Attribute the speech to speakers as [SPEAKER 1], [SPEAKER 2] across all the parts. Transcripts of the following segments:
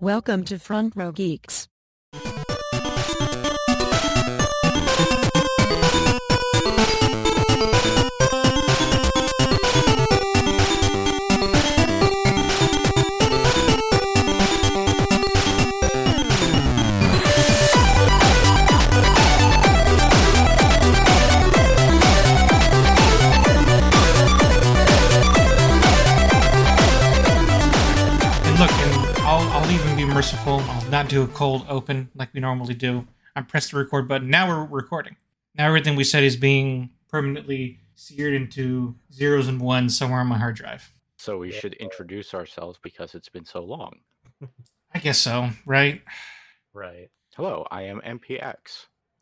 [SPEAKER 1] Welcome to Front Row Geeks.
[SPEAKER 2] And look, and I'll, I'll even be merciful. I'll not do a cold open like we normally do. I press the record button. Now we're recording. Now everything we said is being permanently seared into zeros and ones somewhere on my hard drive.
[SPEAKER 3] So we should introduce ourselves because it's been so long.
[SPEAKER 2] I guess so, right?
[SPEAKER 4] Right.
[SPEAKER 3] Hello, I am MPX.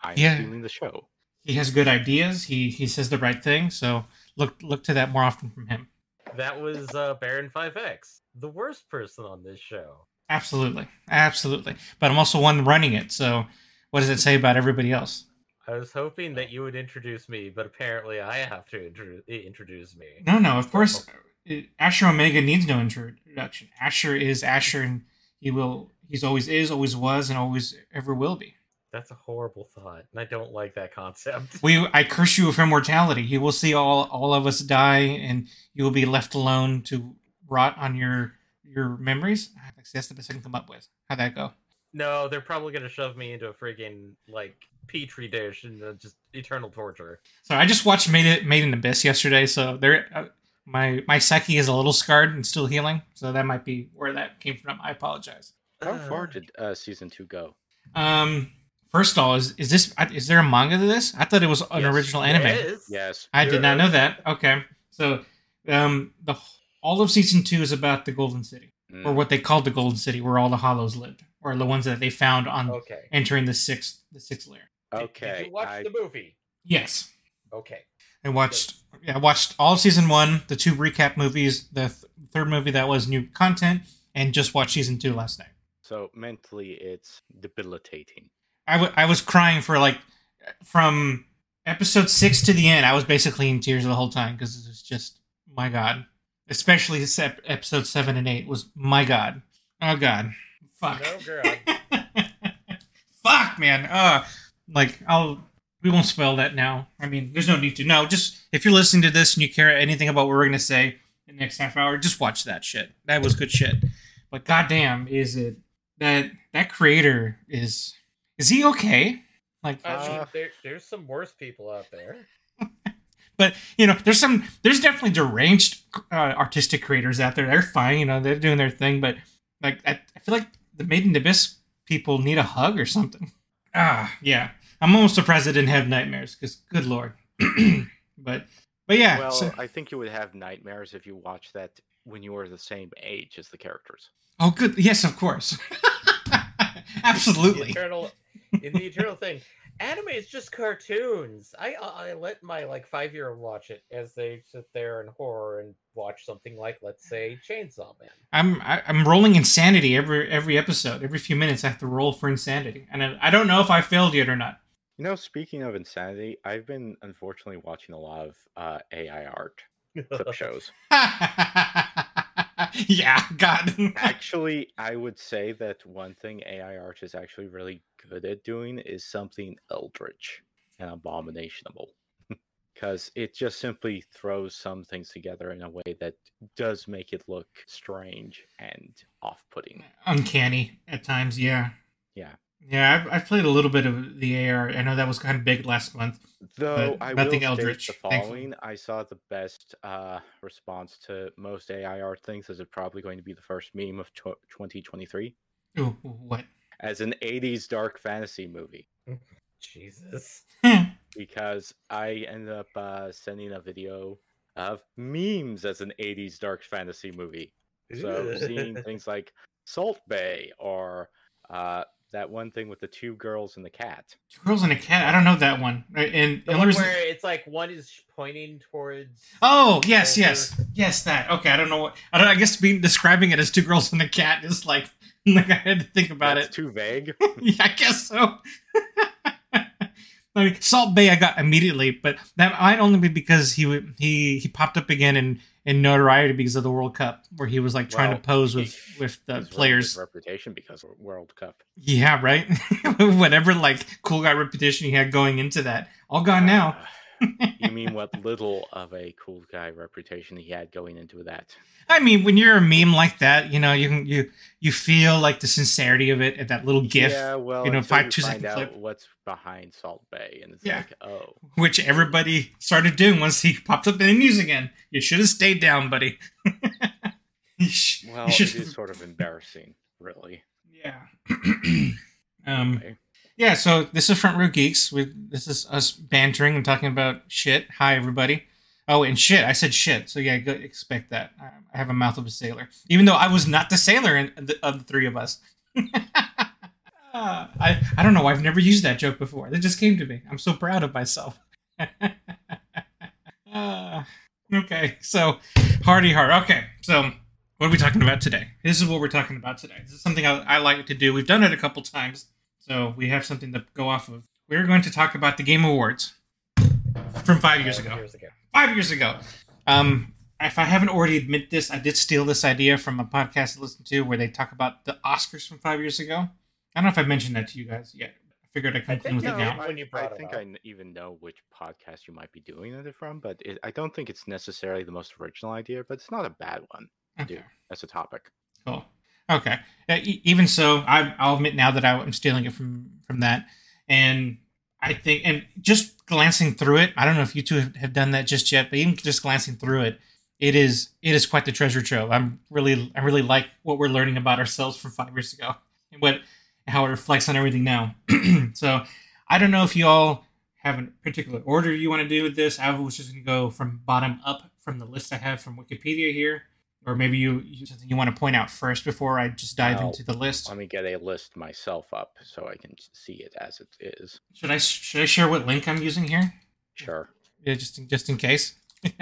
[SPEAKER 3] I'm
[SPEAKER 2] Yeah.
[SPEAKER 3] streaming the show.
[SPEAKER 2] He has good ideas. He he says the right thing. So look look to that more often from him.
[SPEAKER 4] That was uh, Baron 5X, the worst person on this show.
[SPEAKER 2] Absolutely, absolutely. But I'm also one running it. So what does it say about everybody else?
[SPEAKER 4] I was hoping that you would introduce me, but apparently I have to intro- i- introduce me.
[SPEAKER 2] No, no, of course. it- Asher Omega needs no introduction. Asher is Asher, and he will. He's always is, always was, and always ever will be.
[SPEAKER 4] That's a horrible thought, and I don't like that concept.
[SPEAKER 2] We, I curse you with immortality. You will see all all of us die, and you will be left alone to rot on your your memories. That's the best I can come up with. How'd that go?
[SPEAKER 4] No, they're probably going to shove me into a friggin' like petri dish and uh, just eternal torture.
[SPEAKER 2] So I just watched Made it Made in Abyss yesterday. So there, uh, my my psyche is a little scarred and still healing. So that might be where that came from. I apologize.
[SPEAKER 3] How
[SPEAKER 4] Uh,
[SPEAKER 3] far did uh, season two go?
[SPEAKER 2] Um, first of all, is is this is there a manga to this? I thought it was an
[SPEAKER 4] Yes,
[SPEAKER 2] original
[SPEAKER 4] there
[SPEAKER 2] anime.
[SPEAKER 4] is.
[SPEAKER 3] Yes.
[SPEAKER 2] I did not know
[SPEAKER 4] Yes.
[SPEAKER 2] that. Okay, so um, the all of season two is about the Golden City, or
[SPEAKER 3] Mm,
[SPEAKER 2] what they called the Golden City, where all the Hollows lived, or the ones that they found on
[SPEAKER 4] Okay.
[SPEAKER 2] entering the sixth the sixth layer.
[SPEAKER 4] Did-
[SPEAKER 3] okay.
[SPEAKER 4] Did you watch
[SPEAKER 3] I,
[SPEAKER 4] the movie?
[SPEAKER 2] Yes,
[SPEAKER 4] Okay.
[SPEAKER 2] I watched. yeah, I watched all of season one, the two recap movies, the th- third movie that was new content, and just watched season two last night.
[SPEAKER 3] so mentally, it's debilitating.
[SPEAKER 2] I wa- I was crying for like from episode six to the end. I was basically in tears the whole time because it was just my god. Especially this ep- episode seven and eight was my god. Oh god, fuck,
[SPEAKER 4] No, girl.
[SPEAKER 2] fuck, man. Uh, like I'll we won't spoil that now. I mean, there's no need to. No, just if you're listening to this and you care anything about what we're gonna say in the next half hour, just watch that shit. That was good shit. But goddamn, is it that that creator is is he okay? Like,
[SPEAKER 4] I mean,
[SPEAKER 3] Uh,
[SPEAKER 4] there, there's some worse people out there.
[SPEAKER 2] but you know, there's some there's definitely deranged uh, artistic creators out there. They're fine, you know, they're doing their thing. But like, I, I feel like the Maiden Abyss people need a hug or something. Ah, yeah. I'm almost surprised I didn't have nightmares because, good lord. but but yeah,
[SPEAKER 3] well,
[SPEAKER 2] so-
[SPEAKER 3] I think you would have nightmares if you watched that when you were the same age as the characters.
[SPEAKER 2] Oh, good. Yes, of course.
[SPEAKER 4] The
[SPEAKER 2] Absolutely.
[SPEAKER 4] eternal, in the eternal thing, anime is just cartoons. I I I let my like five year old watch it as they sit there in horror and watch something like let's say Chainsaw Man.
[SPEAKER 2] I'm I, I'm rolling insanity every every episode. Every few minutes, I have to roll for insanity, and I, I don't know if I failed yet or not.
[SPEAKER 3] You know, speaking of insanity, I've been unfortunately watching a lot of uh, AI art clip shows.
[SPEAKER 2] yeah, God.
[SPEAKER 3] actually i would say that one thing ai art is actually really good at doing is something eldritch and abominationable because it just simply throws some things together in a way that does make it look strange and off-putting
[SPEAKER 2] Uncanny at times. Yeah.
[SPEAKER 3] Yeah.
[SPEAKER 2] Yeah, I've, I've played a little bit of the AR. I know that was kind of big last month.
[SPEAKER 3] though i will
[SPEAKER 2] nothing
[SPEAKER 3] state
[SPEAKER 2] eldritch,
[SPEAKER 3] the
[SPEAKER 2] thankfully.
[SPEAKER 3] following i saw the best uh, response to most ai art things is it probably going to be the first meme of tw 2023
[SPEAKER 2] Ooh, what?
[SPEAKER 3] as an 80s dark fantasy movie
[SPEAKER 4] Jesus.
[SPEAKER 3] because I ended up uh, sending a video of memes as an 80s dark fantasy movie. So seeing things like Salt Bay or uh, that one thing with the two girls and the cat.
[SPEAKER 2] Two girls and a cat. I don't know that one. Right, And
[SPEAKER 4] the
[SPEAKER 2] and
[SPEAKER 4] one
[SPEAKER 2] there's-
[SPEAKER 4] where it's like one is pointing towards.
[SPEAKER 2] Oh yes,
[SPEAKER 4] Older.
[SPEAKER 2] yes, yes. That okay. I don't know what. I don't. I guess being describing it as two girls and a cat is like like I had to think about
[SPEAKER 3] That's
[SPEAKER 2] it.
[SPEAKER 3] too vague.
[SPEAKER 2] yeah, I guess so. I mean, Salt Bay I got immediately, but that might only be because he would- he he popped up again in in notoriety because of the World Cup, where he was like trying
[SPEAKER 3] Well,
[SPEAKER 2] to pose
[SPEAKER 3] he-
[SPEAKER 2] with with the
[SPEAKER 3] He's ruined his
[SPEAKER 2] players.
[SPEAKER 3] reputation because of World Cup.
[SPEAKER 2] Yeah, right. Whatever like cool guy reputation he had going into that, all gone now.
[SPEAKER 3] Uh, you mean what little of a cool guy reputation he had going into that?
[SPEAKER 2] I mean, when you're a meme like that, you know, you can you you feel like the sincerity of it at that little gif,
[SPEAKER 3] Yeah, well,
[SPEAKER 2] you know,
[SPEAKER 3] until
[SPEAKER 2] five
[SPEAKER 3] you
[SPEAKER 2] two
[SPEAKER 3] find
[SPEAKER 2] second
[SPEAKER 3] out
[SPEAKER 2] clip,
[SPEAKER 3] what's behind Salt Bay, and it's
[SPEAKER 2] Yeah.
[SPEAKER 3] like, oh,
[SPEAKER 2] which everybody started doing once he popped up in the news again. You should have stayed down, buddy. you sh- you
[SPEAKER 3] well, it
[SPEAKER 2] should-
[SPEAKER 3] is sort of embarrassing, really.
[SPEAKER 2] yeah. um,
[SPEAKER 3] Anyway,
[SPEAKER 2] yeah. So this is Front Row Geeks. We this is us bantering and talking about shit. Hi, everybody. Oh, and shit. I said shit. So yeah, go expect that. I, I have a mouth of a sailor, even though I was not the sailor in, of the, of the three of us. Ah, I, I don't know. I've never used that joke before. It just came to me. I'm so proud of myself. Ah, okay, so hardy hard. Okay, so what are we talking about today? This is what we're talking about today. This is something I, I like to do. We've done it a couple times, so we have something to go off of. We're going to talk about the Game Awards from five years ago
[SPEAKER 4] Years ago.
[SPEAKER 2] five years ago. Um, if I haven't already admit this, I did steal this idea from a podcast I listened to where they talk about the Oscars from five years ago. I don't know if I've mentioned that to you guys yet. I figured I'd come
[SPEAKER 4] I
[SPEAKER 2] clean with
[SPEAKER 4] think
[SPEAKER 2] it
[SPEAKER 4] no,
[SPEAKER 2] now.
[SPEAKER 4] I- when you
[SPEAKER 3] I
[SPEAKER 4] brought it
[SPEAKER 3] think
[SPEAKER 4] up.
[SPEAKER 3] I n- even know which podcast you might be doing it from, but it, I don't think it's necessarily the most original idea, but it's not a bad one do.
[SPEAKER 2] Okay,
[SPEAKER 3] as a topic.
[SPEAKER 2] cool. Okay. Uh, e- even so, I, I'll admit now that I, I'm stealing it from from that, and I think, and just glancing through it, I don't know if you two have, have done that just yet, but even just glancing through it, it is it is quite the treasure trove. I'm really I really like what we're learning about ourselves from five years ago and what how it reflects on everything now. so I don't know if you all have a particular order you want to do with this. I was just gonna go from bottom up from the list I have from Wikipedia here. Or maybe you, you something you want to point out first before I just dive
[SPEAKER 3] No.
[SPEAKER 2] into the list.
[SPEAKER 3] Let me get a list myself up so I can see it as it is.
[SPEAKER 2] Should I should I share what link I'm using here?
[SPEAKER 3] Sure.
[SPEAKER 2] yeah, just in, just in case.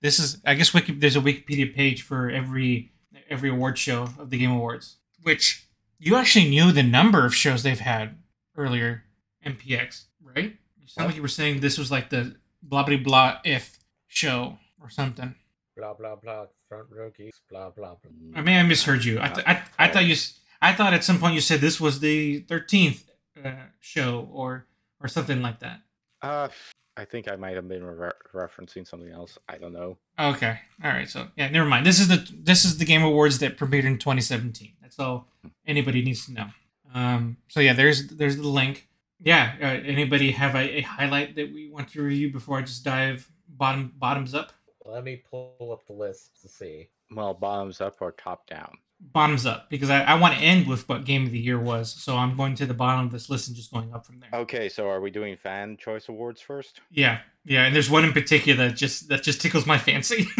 [SPEAKER 2] this is, I guess, Wiki, there's a Wikipedia page for every every award show of the Game Awards, which you actually knew the number of shows they've had earlier. MPX, right? You sound like you were saying this was like the blah blah blah if show or something.
[SPEAKER 4] Blah blah blah. Front row geeks. Blah blah blah.
[SPEAKER 3] Mm.
[SPEAKER 2] Or maybe I misheard you. I, th- I, I thought you s- I thought at some point you said this was the thirteenth uh, show or or something like that.
[SPEAKER 3] Uh, I think I might have been re- referencing something else. I don't know.
[SPEAKER 2] Okay. All right. So yeah, never mind. This is the this is the Game Awards that premiered in 2017. That's all anybody needs to know. Um. So yeah, there's there's the link. Yeah. Uh, anybody have a, a highlight that we want to review before I just dive bottom bottoms up?
[SPEAKER 4] Let me pull up the list to see.
[SPEAKER 3] Well, bottoms up or top down.
[SPEAKER 2] Bottoms up because I, I want to end with what Game of the Year was. So I'm going to the bottom of this list and just going up from there.
[SPEAKER 3] Okay, so are we doing fan choice awards first?
[SPEAKER 2] Yeah. Yeah. And there's one in particular that just that just tickles my fancy.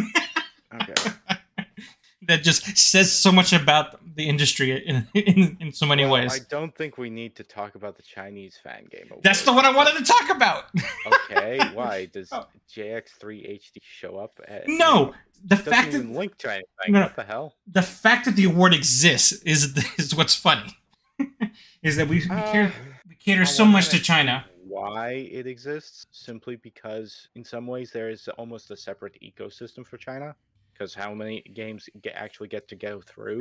[SPEAKER 3] Okay.
[SPEAKER 2] that just says so much about the industry in in, in so many
[SPEAKER 3] Well,
[SPEAKER 2] ways.
[SPEAKER 3] I don't think we need to talk about the Chinese fan game. Award.
[SPEAKER 2] That's the one I wanted to talk about.
[SPEAKER 3] okay, why does
[SPEAKER 2] Oh.
[SPEAKER 3] JX3HD show up? At,
[SPEAKER 2] no, the
[SPEAKER 3] doesn't
[SPEAKER 2] fact
[SPEAKER 3] even
[SPEAKER 2] that
[SPEAKER 3] link to anything.
[SPEAKER 2] No, no.
[SPEAKER 3] What the hell?
[SPEAKER 2] the fact that the award exists is is what's funny. is that we, we, care,
[SPEAKER 3] Uh,
[SPEAKER 2] we cater
[SPEAKER 3] I
[SPEAKER 2] so
[SPEAKER 3] wonder
[SPEAKER 2] much to
[SPEAKER 3] if-
[SPEAKER 2] China.
[SPEAKER 3] Ah. Why it exists? Simply because, in some ways, there is almost a separate ecosystem for China. Because how many games get, actually get to go through,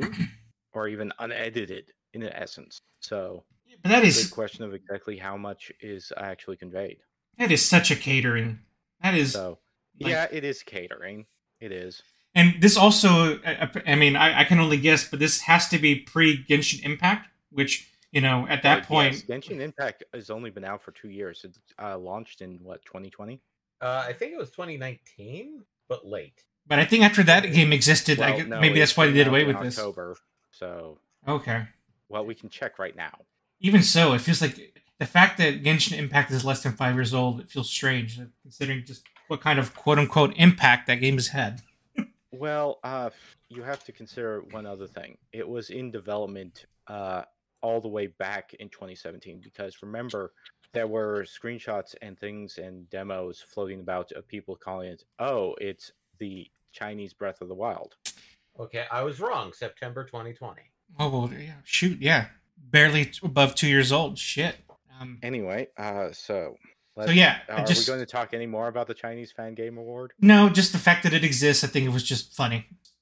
[SPEAKER 3] or even unedited in essence? So,
[SPEAKER 2] But that
[SPEAKER 3] big
[SPEAKER 2] is
[SPEAKER 3] question of exactly how much is actually conveyed.
[SPEAKER 2] that is such a catering. That is
[SPEAKER 3] So,
[SPEAKER 2] Like-
[SPEAKER 3] yeah, it is catering. It is.
[SPEAKER 2] and this also I, I- I mean I, I can only guess, but this has to be pre Genshin Impact, which you know at that
[SPEAKER 3] But
[SPEAKER 2] point
[SPEAKER 3] Oh, yes, Genshin Uh, Impact has only been out for two years. It uh, launched in what 2020.
[SPEAKER 4] Uh, I think it was 2019, but late.
[SPEAKER 2] But I think after that game existed, I
[SPEAKER 3] Well,
[SPEAKER 2] guess,
[SPEAKER 3] no,
[SPEAKER 2] maybe
[SPEAKER 3] it
[SPEAKER 2] that's why they
[SPEAKER 3] came
[SPEAKER 2] did
[SPEAKER 3] out
[SPEAKER 2] away
[SPEAKER 3] in
[SPEAKER 2] with this.
[SPEAKER 3] October. So,
[SPEAKER 2] Okay.
[SPEAKER 3] well, we can check right now.
[SPEAKER 2] even so, it feels like the fact that Genshin Impact is less than five years old, it feels strange uh, considering just what kind of quote unquote impact that game has had.
[SPEAKER 3] Well, uh, you have to consider one other thing. It was in development uh, all the way back in 2017 because remember there were screenshots and things and demos floating about of people calling it, "Oh, it's the Chinese Breath of the Wild."
[SPEAKER 4] Okay, I was wrong. September 2020.
[SPEAKER 2] Oh well, yeah, shoot, yeah, barely t- above two years old. Shit. Um,
[SPEAKER 3] Anyway, uh, so
[SPEAKER 2] So yeah, I
[SPEAKER 3] Are
[SPEAKER 2] just
[SPEAKER 3] we going to talk any more about the Chinese Fan Game Award?
[SPEAKER 2] no, just the fact that it exists. I think it was just funny,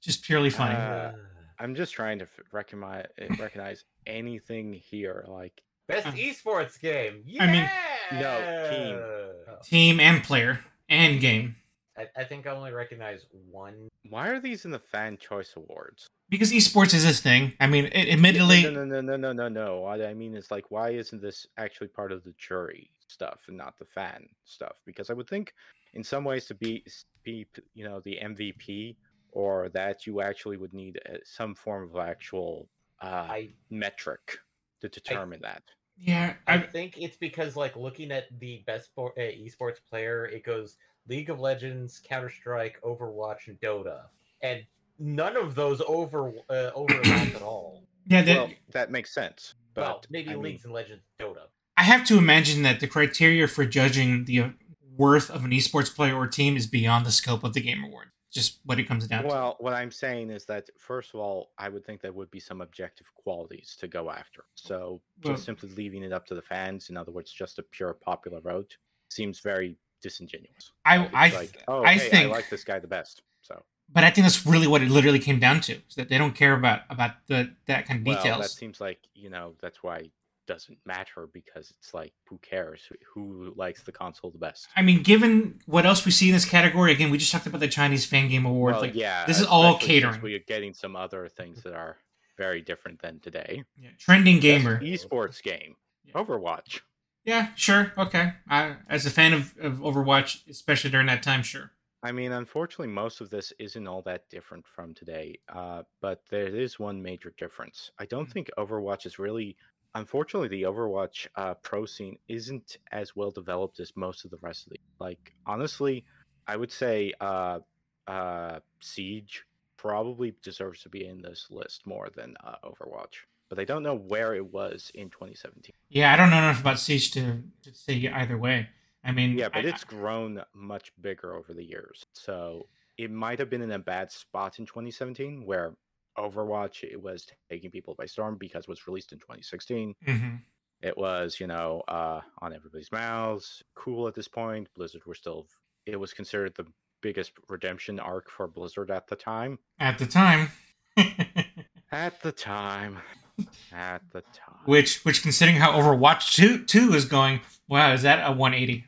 [SPEAKER 2] just purely funny.
[SPEAKER 3] Uh, I'm just trying to f- recognize recognize anything here. Like
[SPEAKER 4] Best
[SPEAKER 2] uh,
[SPEAKER 4] esports game. Yeah. Oh,
[SPEAKER 2] I mean-
[SPEAKER 3] Mm. No,
[SPEAKER 2] Team and player and game
[SPEAKER 4] I, I think I only recognize one.
[SPEAKER 3] why are these in the Fan Choice Awards?
[SPEAKER 2] because esports is his thing. I mean, it,
[SPEAKER 3] No,
[SPEAKER 2] admittedly,
[SPEAKER 3] No, no, no, no, no, no, no. What I mean is like, why isn't this actually part of the jury stuff and not the fan stuff? Because I would think, in some ways, to be s- be p- you know the MVP or that you actually would need uh, some form of actual uh,
[SPEAKER 4] I
[SPEAKER 3] metric to determine that.
[SPEAKER 2] yeah,
[SPEAKER 4] I
[SPEAKER 2] I,
[SPEAKER 4] think it's because like looking at the best bo- uh, esports player, it goes League of Legends, Counter Strike, Overwatch, and Dota, and none of those over uh, overlap at all.
[SPEAKER 2] yeah. That,
[SPEAKER 3] well, that makes sense. But
[SPEAKER 4] well, maybe
[SPEAKER 3] I mean,
[SPEAKER 4] Leagues and Legends, Dota.
[SPEAKER 2] I have to imagine that the criteria for judging the worth of an esports player or team is beyond the scope of the game award. Just what it comes down to.
[SPEAKER 3] Well, what I'm saying is that first of all, I would think there would be some objective qualities to go after. So just
[SPEAKER 2] Well-
[SPEAKER 3] simply leaving it up to the fans, in other words, just a pure popular vote, seems very disingenuous.
[SPEAKER 2] I-
[SPEAKER 3] Like, it's
[SPEAKER 2] I-
[SPEAKER 3] like, oh,
[SPEAKER 2] I
[SPEAKER 3] hey,
[SPEAKER 2] think-
[SPEAKER 3] I like this guy the best. So
[SPEAKER 2] But I think that's really what it literally came down to. Is that they don't care about about the that kind of
[SPEAKER 3] well, that
[SPEAKER 2] details.
[SPEAKER 3] seems like you know that's why it doesn't matter because it's like who cares Who- who likes the console the best.
[SPEAKER 2] I mean, given what else we see in this category, again, we just talked about the Chinese Fan Game Awards.
[SPEAKER 3] Well,
[SPEAKER 2] like,
[SPEAKER 3] yeah,
[SPEAKER 2] this is all
[SPEAKER 3] especially since
[SPEAKER 2] catering.
[SPEAKER 3] We are getting some other things that are very different than today.
[SPEAKER 2] yeah, trending
[SPEAKER 3] Best
[SPEAKER 2] gamer.
[SPEAKER 3] esports game,
[SPEAKER 2] Yeah.
[SPEAKER 3] Overwatch.
[SPEAKER 2] Yeah, sure, okay. I, as a fan of, of Overwatch, especially during that time, sure.
[SPEAKER 3] I mean, unfortunately, most of this isn't all that different from today, uh, but there is one major difference. I don't
[SPEAKER 2] Mhm.
[SPEAKER 3] think Overwatch is really, unfortunately, the Overwatch uh, pro scene isn't as well developed as most of the rest of the. Like, honestly, I would say uh, uh, Siege probably deserves to be in this list more than uh, Overwatch, but I don't know where it was in 2017.
[SPEAKER 2] Yeah, I don't know enough about Siege to, to say either way. I mean,
[SPEAKER 3] Yeah, but
[SPEAKER 2] I-
[SPEAKER 3] it's grown much bigger over the years. So it might have been in a bad spot in 2017 where Overwatch it was taking people by storm because it was released in 2016.
[SPEAKER 2] Mhm.
[SPEAKER 3] It was, you know, uh, on everybody's mouths, cool at this point. Blizzard were still it was considered the biggest redemption arc for Blizzard at the time.
[SPEAKER 2] at the time.
[SPEAKER 3] At the time. At the time.
[SPEAKER 2] which which considering how Overwatch 2 2 is going, wow, is that a 180?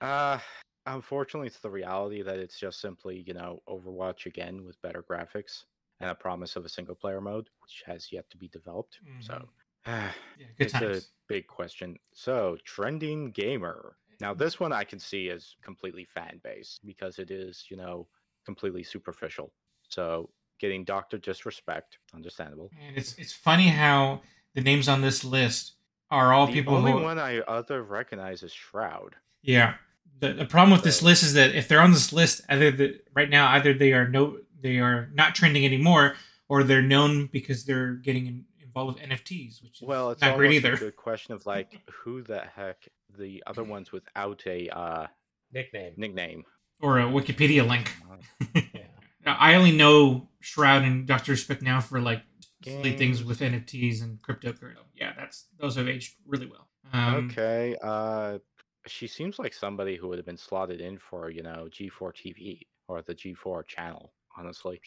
[SPEAKER 3] Uh unfortunately it's the reality that it's just simply, you know, Overwatch again with better graphics and a promise of a single player mode, which has yet to be developed. So
[SPEAKER 2] Mm, Yeah, Mm-hmm. good
[SPEAKER 3] it's a
[SPEAKER 2] times.
[SPEAKER 3] big question. So trending gamer. Now
[SPEAKER 2] Mm-hmm.
[SPEAKER 3] this one I can see is completely fan based because it is, you know, completely superficial. So getting Doctor Disrespect, understandable.
[SPEAKER 2] And it's it's funny how the names on this list are all
[SPEAKER 3] the
[SPEAKER 2] people
[SPEAKER 3] only
[SPEAKER 2] who
[SPEAKER 3] one I other recognize is Shroud.
[SPEAKER 2] Yeah. The, the problem with this
[SPEAKER 3] So-
[SPEAKER 2] list is that if they're on this list either the, right now either they are no they are not trending anymore or they're known because they're getting in, involved with NFTs, which is
[SPEAKER 3] Well, it's
[SPEAKER 2] not great
[SPEAKER 3] almost
[SPEAKER 2] either. Mm.
[SPEAKER 3] A good question of like who the heck the other ones without a uh,
[SPEAKER 4] Nickname.
[SPEAKER 3] nickname. Uh,
[SPEAKER 2] Or a Wikipedia link.
[SPEAKER 4] Yeah.
[SPEAKER 2] Now, I only know Shroud and Doctor Respect now for like silly things with NFTs and cryptocurrency. Yeah, that's those have aged really well. Um,
[SPEAKER 3] Okay, uh, she seems like somebody who would have been slotted in for you know G4 TV or the G4 channel. Honestly,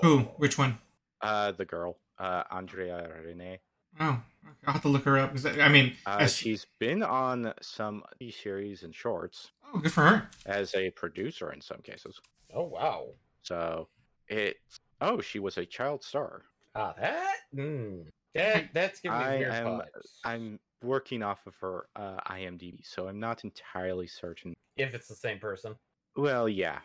[SPEAKER 2] Who? Which one?
[SPEAKER 3] uh, the girl uh, Andrea Rene.
[SPEAKER 2] Oh, okay, I'll have to look her up. 'cause I I mean,
[SPEAKER 3] Uh,
[SPEAKER 2] as-
[SPEAKER 3] she's been on some TV series and shorts
[SPEAKER 2] oh, good for her.
[SPEAKER 3] as a producer in some cases.
[SPEAKER 4] Oh wow.
[SPEAKER 3] So it. Oh, she was a child star.
[SPEAKER 4] Ah, that. Mm, that that's giving me
[SPEAKER 3] I
[SPEAKER 4] weird
[SPEAKER 3] am- uh,
[SPEAKER 4] vibes.
[SPEAKER 3] I'm working off of her uh, IMDb, so I'm not entirely certain.
[SPEAKER 4] If it's the same person.
[SPEAKER 3] Well, yeah.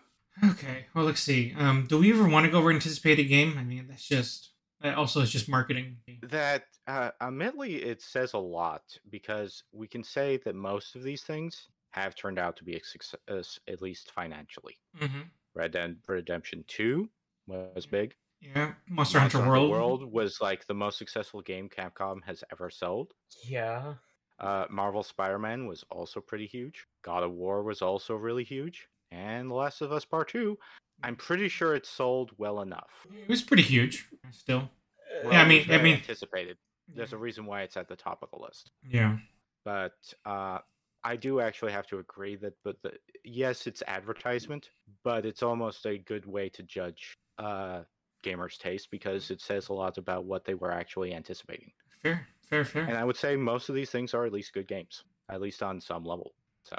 [SPEAKER 2] Okay, well, let's see. Um, do we ever want to go over anticipated game? I mean, that's just that also is just marketing.
[SPEAKER 3] That, uh, admittedly, it says a lot because we can say that most of these things have turned out to be a success, uh, at least financially.
[SPEAKER 2] Mm-hmm.
[SPEAKER 3] Red Dead Redemption 2 was big.
[SPEAKER 2] Yeah, Monster Hunter World.
[SPEAKER 3] World was like the most successful game Capcom has ever sold.
[SPEAKER 4] Yeah.
[SPEAKER 3] Uh, Marvel Spider Man was also pretty huge. God of War was also really huge. And The Last of Us Part 2, I'm pretty sure it sold well enough.
[SPEAKER 2] It was pretty huge. Still,
[SPEAKER 3] Well,
[SPEAKER 2] Yeah, Uh, I
[SPEAKER 3] it was
[SPEAKER 2] mean- I
[SPEAKER 3] very
[SPEAKER 2] mean-
[SPEAKER 3] anticipated. There's a reason why it's at the top of the list.
[SPEAKER 2] yeah.
[SPEAKER 3] But uh, I do actually have to agree that, but the, yes, it's advertisement, but it's almost a good way to judge uh, gamers' taste because it says a lot about what they were actually anticipating.
[SPEAKER 2] Fair, fair, fair.
[SPEAKER 3] And I would say most of these things are at least good games, at least on some level. So,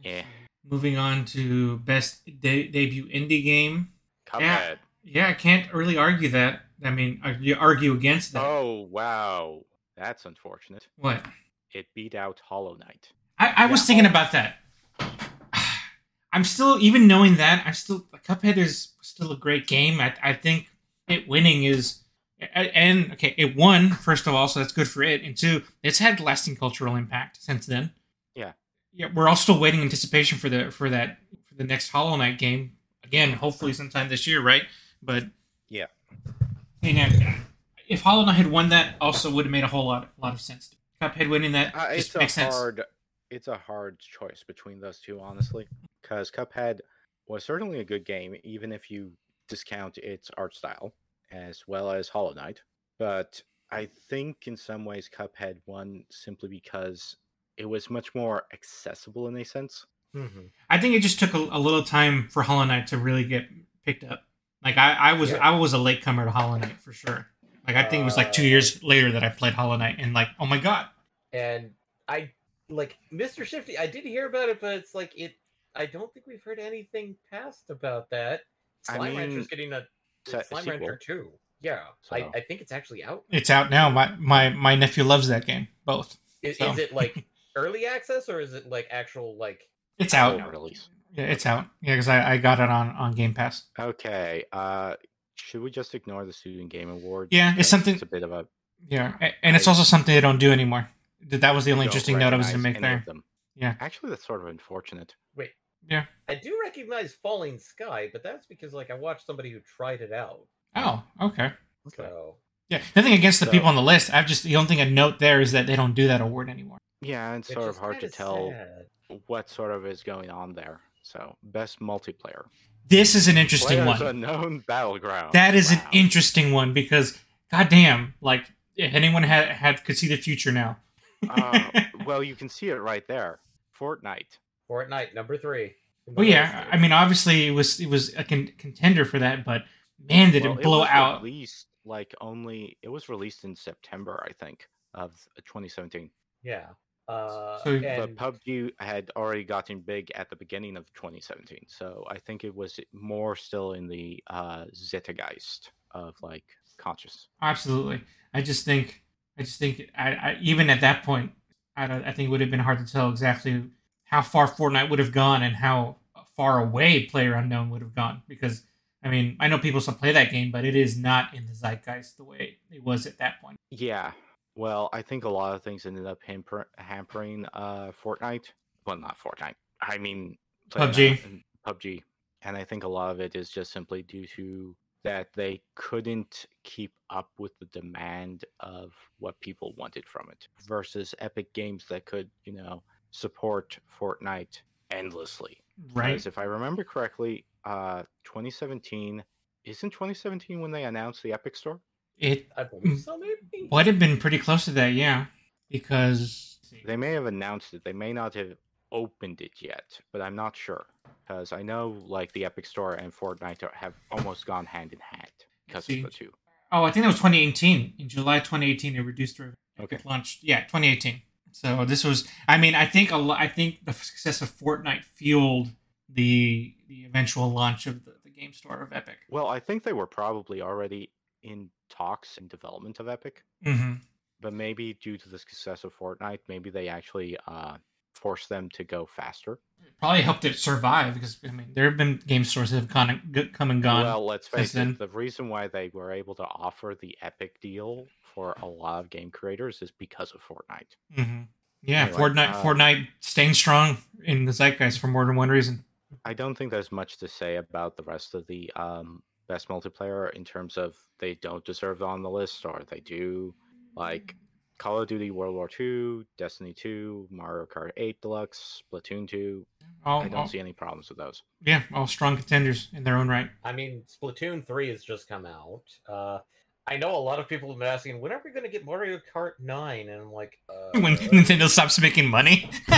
[SPEAKER 3] yeah.
[SPEAKER 2] Moving on to best de- debut indie game.
[SPEAKER 3] Cuphead.
[SPEAKER 2] Yeah. Yeah, I can't really argue that. I mean, I- you argue against that.
[SPEAKER 3] Oh, wow. That's unfortunate.
[SPEAKER 2] What?
[SPEAKER 3] It beat out Hollow Knight.
[SPEAKER 2] I, I was
[SPEAKER 3] Yeah.
[SPEAKER 2] thinking about that. I'm still, even knowing that, I'm still. Cuphead is still a great game. I, I think it winning is, a- and okay, it won first of all, so that's good for it. And two, it's had lasting cultural impact since then.
[SPEAKER 3] Yeah.
[SPEAKER 2] yeah. We're all still waiting in anticipation for the for that for the next Hollow Knight game. Again, hopefully sometime this year, right? But
[SPEAKER 3] Yeah.
[SPEAKER 2] you know, if Hollow Knight had won that, also would have made a whole lot a lot of sense. Cuphead winning that
[SPEAKER 3] Uh,
[SPEAKER 2] just
[SPEAKER 3] it's a
[SPEAKER 2] makes sense.
[SPEAKER 3] hard, it's a hard choice between those two, honestly, because Cuphead was certainly a good game, even if you discount its art style as well as Hollow Knight. But I think in some ways Cuphead won simply because it was much more accessible in a sense. Mm-hmm.
[SPEAKER 2] I think it just took a, a little time for Hollow Knight to really get picked up. Like I, I was I was a latecomer to Hollow Knight for sure. Like I think it was like two
[SPEAKER 4] Uh,
[SPEAKER 2] years later that I played Hollow Knight and like oh my god
[SPEAKER 4] And I like Mr. Shifty. I did hear about it, but it's like it. I don't think we've heard anything past about that.
[SPEAKER 3] I
[SPEAKER 4] Slime Rancher's
[SPEAKER 3] mean,
[SPEAKER 4] getting a,
[SPEAKER 3] it's a- a
[SPEAKER 4] Slime Rancher too. Yeah, I,
[SPEAKER 3] So-
[SPEAKER 4] I think it's actually out.
[SPEAKER 2] it's out now. My my my nephew loves that game. Both
[SPEAKER 4] I- Is,
[SPEAKER 2] So-
[SPEAKER 4] it like early access or is it like actual like?
[SPEAKER 2] it's
[SPEAKER 3] Oh,
[SPEAKER 2] out.
[SPEAKER 3] release.
[SPEAKER 2] Yeah, it's out. Yeah, because I, I got it on on Game Pass.
[SPEAKER 3] Okay. Uh, should we just ignore the Student Game Award?
[SPEAKER 2] Yeah, it's
[SPEAKER 3] because
[SPEAKER 2] something-
[SPEAKER 3] It's a bit of a
[SPEAKER 2] Yeah, a- and it's also something they don't do anymore. Th- That was the only
[SPEAKER 3] don't
[SPEAKER 2] interesting note I was gonna
[SPEAKER 3] recognize
[SPEAKER 2] make
[SPEAKER 3] any of
[SPEAKER 2] there.
[SPEAKER 3] them.
[SPEAKER 2] Yeah.
[SPEAKER 3] Actually, that's sort of unfortunate.
[SPEAKER 4] I do recognize Falling Sky, but that's because like I watched somebody who tried it out.
[SPEAKER 2] Oh, okay.
[SPEAKER 3] Okay.
[SPEAKER 4] So
[SPEAKER 2] Yeah, nothing against the
[SPEAKER 3] So-
[SPEAKER 2] people on the list. I've just the only thing I note there is that they don't do that award anymore.
[SPEAKER 3] Yeah, it's
[SPEAKER 4] which
[SPEAKER 3] sort
[SPEAKER 4] is
[SPEAKER 3] of hard to
[SPEAKER 4] kinda
[SPEAKER 3] tell
[SPEAKER 4] sad.
[SPEAKER 3] what sort of is going on there. So, best multiplayer.
[SPEAKER 2] This is an interesting
[SPEAKER 3] Players
[SPEAKER 2] one.
[SPEAKER 3] unknown battleground.
[SPEAKER 2] That is an
[SPEAKER 3] Wow.
[SPEAKER 2] interesting one because, goddamn, like if anyone had, had could see the future now.
[SPEAKER 3] uh, well, you can see it right there. Fortnite.
[SPEAKER 4] Fortnite number three.
[SPEAKER 2] Well, yeah, I mean, obviously it was it was a con- contender for that, but man, did
[SPEAKER 3] Well,
[SPEAKER 2] it blow
[SPEAKER 3] was
[SPEAKER 2] out!
[SPEAKER 3] Released like only it was released in September, I think, of 2017.
[SPEAKER 4] yeah. Uh,
[SPEAKER 2] So- But
[SPEAKER 3] But
[SPEAKER 4] and-
[SPEAKER 3] PUBG had already gotten big at the beginning of 2017, so I think it was more still in the uh, zeitgeist of like conscious.
[SPEAKER 2] Absolutely, I just think, I just think, I, I even at that point, I don't, I think it would have been hard to tell exactly how far Fortnite would have gone and how far away Player Unknown would have gone because. I mean, I know people still play that game, but it is not in the zeitgeist the way it was at that point.
[SPEAKER 3] Yeah. Well, I think a lot of things ended up hamper- hampering uh, Fortnite. Well, not Fortnite. I mean PlayerUnknown-
[SPEAKER 2] PUBG.
[SPEAKER 3] and PUBG. And I think a lot of it is just simply due to that they couldn't keep up with the demand of what people wanted from it versus Epic Games that could, you know, support Fortnite endlessly.
[SPEAKER 2] Right.
[SPEAKER 3] Because if I remember correctly, uh, 2017 isn't 2017 when they announced the Epic Store.
[SPEAKER 2] It
[SPEAKER 4] I believe
[SPEAKER 2] Mm.
[SPEAKER 4] so, maybe.
[SPEAKER 2] Would have been pretty close to that, yeah. Because
[SPEAKER 3] They may have announced it. They may not have opened it yet, but I'm not sure because I know like the Epic Store and Fortnite are- have almost gone hand in hand because of
[SPEAKER 2] See.
[SPEAKER 3] the two.
[SPEAKER 2] oh, I think that was 2018. In July 2018, they reduced their
[SPEAKER 3] Okay.
[SPEAKER 2] launch. Yeah, 2018. So this was. I mean, I think a lot. I think the success of Fortnite fueled the the eventual launch of the, the game store of Epic.
[SPEAKER 3] Well, I think they were probably already in talks and development of Epic,
[SPEAKER 2] Mm-hmm.
[SPEAKER 3] but maybe due to the success of Fortnite, maybe they actually uh, forced them to go faster.
[SPEAKER 2] Probably helped it survive because I mean, there have been game stores that have gone and, g- come and gone.
[SPEAKER 3] Well, let's
[SPEAKER 2] since
[SPEAKER 3] face
[SPEAKER 2] then.
[SPEAKER 3] it, the reason why they were able to offer the Epic deal for a lot of game creators is because of Fortnite.
[SPEAKER 2] hmm Yeah,
[SPEAKER 3] Anyway,
[SPEAKER 2] Fortnite.
[SPEAKER 3] uh,
[SPEAKER 2] Fortnite staying strong in the zeitgeist for more than one reason.
[SPEAKER 3] I don't think there's much to say about the rest of the um, best multiplayer in terms of they don't deserve on the list or they do.
[SPEAKER 2] Mm-hmm.
[SPEAKER 3] Like Call of Duty World War II, Destiny 2, Mario Kart 8 Deluxe, Splatoon 2.
[SPEAKER 2] All,
[SPEAKER 3] I don't
[SPEAKER 2] all-
[SPEAKER 3] see any problems with those.
[SPEAKER 2] yeah, all strong contenders in their own right.
[SPEAKER 4] I mean, Splatoon three has just come out. Uh, I know a lot of people have been asking, when are we going to get Mario Kart 9? And I'm like, uh,
[SPEAKER 2] when Nintendo stops making money.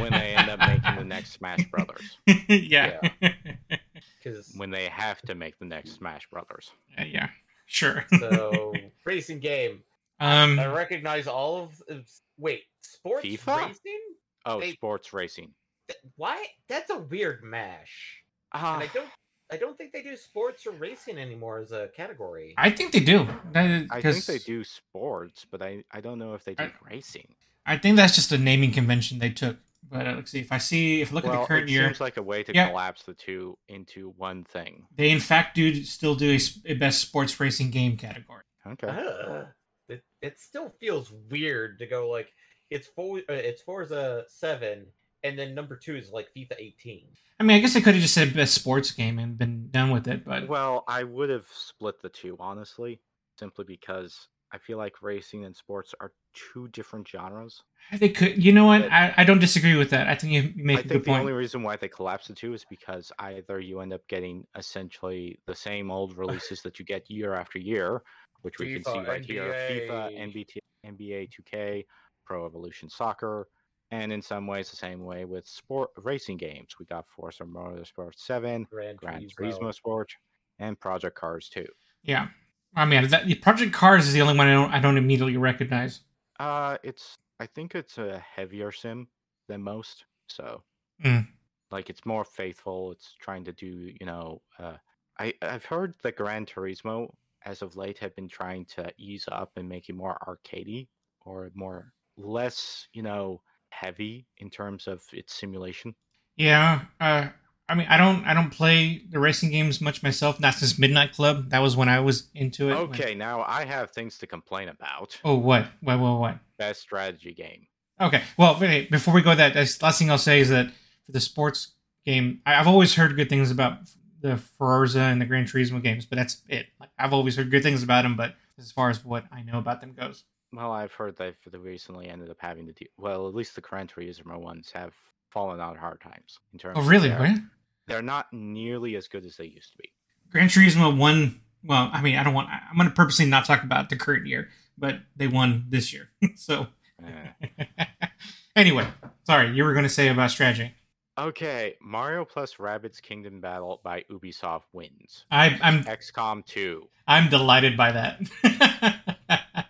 [SPEAKER 3] when they end up making the next Smash Brothers.
[SPEAKER 2] yeah. Yeah.
[SPEAKER 4] Because
[SPEAKER 3] When they have to make the next Smash Brothers.
[SPEAKER 2] yeah. Sure.
[SPEAKER 4] so racing game.
[SPEAKER 2] Um.
[SPEAKER 4] I recognize all of. it's- Wait, sports
[SPEAKER 3] FIFA?
[SPEAKER 4] racing?
[SPEAKER 3] Oh,
[SPEAKER 4] They-
[SPEAKER 3] sports racing.
[SPEAKER 4] Th- Why? That's a weird mash.
[SPEAKER 3] Ah,
[SPEAKER 4] And I don't. I don't think they do sports or racing anymore as a category.
[SPEAKER 2] I think they do.
[SPEAKER 3] I think they do sports, but I, I don't know if they do
[SPEAKER 2] I-
[SPEAKER 3] racing.
[SPEAKER 2] I think that's just a naming convention they took. But uh, let's see. If I see, if I look
[SPEAKER 3] well,
[SPEAKER 2] at the current
[SPEAKER 3] it
[SPEAKER 2] year,
[SPEAKER 3] seems like a way to
[SPEAKER 2] Yeah.
[SPEAKER 3] collapse the two into one thing.
[SPEAKER 2] they in fact do still do a, s- a best sports racing game category.
[SPEAKER 3] Okay.
[SPEAKER 4] Ugh. it, it still feels weird to go like it's four. Uh, it's Forza Seven, and then number two is like FIFA 18.
[SPEAKER 2] I mean, I guess they could have just said best sports game and been done with it. But
[SPEAKER 3] Well, I would have split the two, honestly, simply because I feel like racing and sports are two different genres.
[SPEAKER 2] they could. You know what?
[SPEAKER 3] But-
[SPEAKER 2] I, I don't disagree with that. I think you you make
[SPEAKER 3] I
[SPEAKER 2] a
[SPEAKER 3] think
[SPEAKER 2] good
[SPEAKER 3] the
[SPEAKER 2] point.
[SPEAKER 3] only reason why they collapse the two is because either you end up getting essentially the same old releases that you get year after year, which we can
[SPEAKER 4] FIFA,
[SPEAKER 3] see right here FIFA,
[SPEAKER 4] NBA.
[SPEAKER 3] NBT, NBA 2K, Pro Evolution Soccer, and in some ways the same way with sport racing games. We got Forza Motorsport 7,
[SPEAKER 4] Grand,
[SPEAKER 3] Gran
[SPEAKER 4] Turismo.
[SPEAKER 3] Turismo Sport, and Project Cars 2.
[SPEAKER 2] yeah. I mean, that, the Project Cars is the only one I don't I don't immediately recognize.
[SPEAKER 3] Uh, it's I think it's a heavier sim than most, so
[SPEAKER 2] Mm.
[SPEAKER 3] like it's more faithful. It's trying to do you know. Uh, I I've heard that Gran Turismo as of late have been trying to ease up and make it more arcadey or more less you know heavy in terms of its simulation.
[SPEAKER 2] Yeah. Uh, I mean, I don't I don't play the racing games much myself. Not since Midnight Club. That was when I was into it. when-
[SPEAKER 3] Okay, now I have things to complain about.
[SPEAKER 2] oh, what? What? What? What?
[SPEAKER 3] Best strategy game.
[SPEAKER 2] Okay. Well, wait, before we go, that that's- last thing I'll say is that for the sports game, I, I've always heard good things about the Forza and the Gran Turismo games, but that's it. Like, I've always heard good things about them, but as far as what I know about them goes,
[SPEAKER 3] Well, I've heard that they recently ended up having to do well. At least the current Turismo ones have fallen on hard times in terms.
[SPEAKER 2] oh
[SPEAKER 3] of
[SPEAKER 2] really?
[SPEAKER 3] their-
[SPEAKER 2] What?
[SPEAKER 3] They're not nearly as good as they used to be.
[SPEAKER 2] Gran Turismo won. Well, I mean, I don't want. I- I'm going to purposely not talk about the current year, but they won this year. so
[SPEAKER 3] Eh.
[SPEAKER 2] anyway, sorry, you were going to say about strategy.
[SPEAKER 3] Uh, okay, Mario plus Rabbids Kingdom Battle by Ubisoft wins.
[SPEAKER 2] I, I'm
[SPEAKER 3] XCOM 2.
[SPEAKER 2] I'm delighted by that.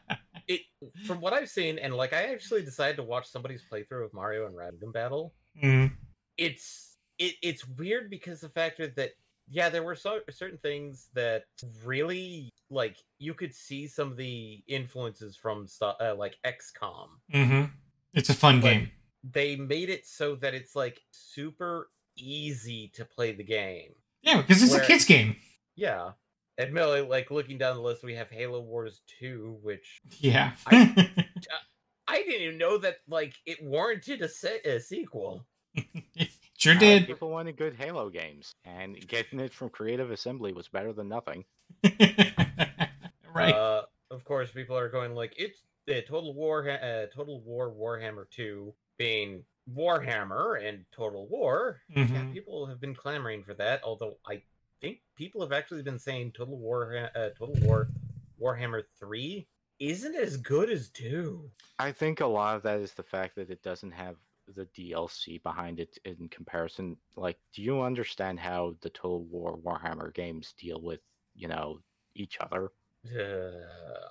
[SPEAKER 4] It, from what I've seen, and like I actually decided to watch somebody's playthrough of Mario and Random Battle.
[SPEAKER 2] Mm,
[SPEAKER 4] it's it, it's weird because the factor that yeah there were so, certain things that really like you could see some of the influences from stu- uh, like xcom
[SPEAKER 2] hmm It's a fun
[SPEAKER 4] But-
[SPEAKER 2] game.
[SPEAKER 4] they made it so that it's like super easy to play the game
[SPEAKER 2] Yeah, because it's a
[SPEAKER 4] Where-
[SPEAKER 2] kids game.
[SPEAKER 4] yeah and Millie, like looking down the list we have halo wars 2 which
[SPEAKER 2] Yeah.
[SPEAKER 4] i didn't even know that like it warranted a, se- a sequel
[SPEAKER 2] sure
[SPEAKER 3] Uh,
[SPEAKER 2] did.
[SPEAKER 3] People wanted good Halo games, and getting it from Creative Assembly was better than nothing.
[SPEAKER 2] right.
[SPEAKER 4] Uh, of course, people are going like it's the Total War, uh, Total War Warhammer Two being Warhammer and Total War. Yeah,
[SPEAKER 2] Mhm.
[SPEAKER 4] people have been clamoring for that. Although I think people have actually been saying Total War, uh, Total War, Warhammer Three isn't as good as two.
[SPEAKER 3] I think a lot of that is the fact that it doesn't have the DLC behind it in comparison. Like, do you understand how the Total War Warhammer games deal with, you know, each other?
[SPEAKER 4] Uh,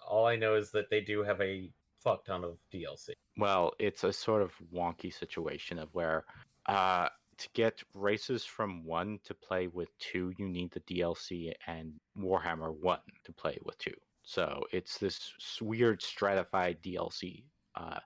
[SPEAKER 4] all I know is that they do have a fuck ton of DLC.
[SPEAKER 3] Well, it's a sort of wonky situation of where uh, to get races from one to play with two, you need the DLC and Warhammer one to play with two. So it's this s- weird stratified DLC uh,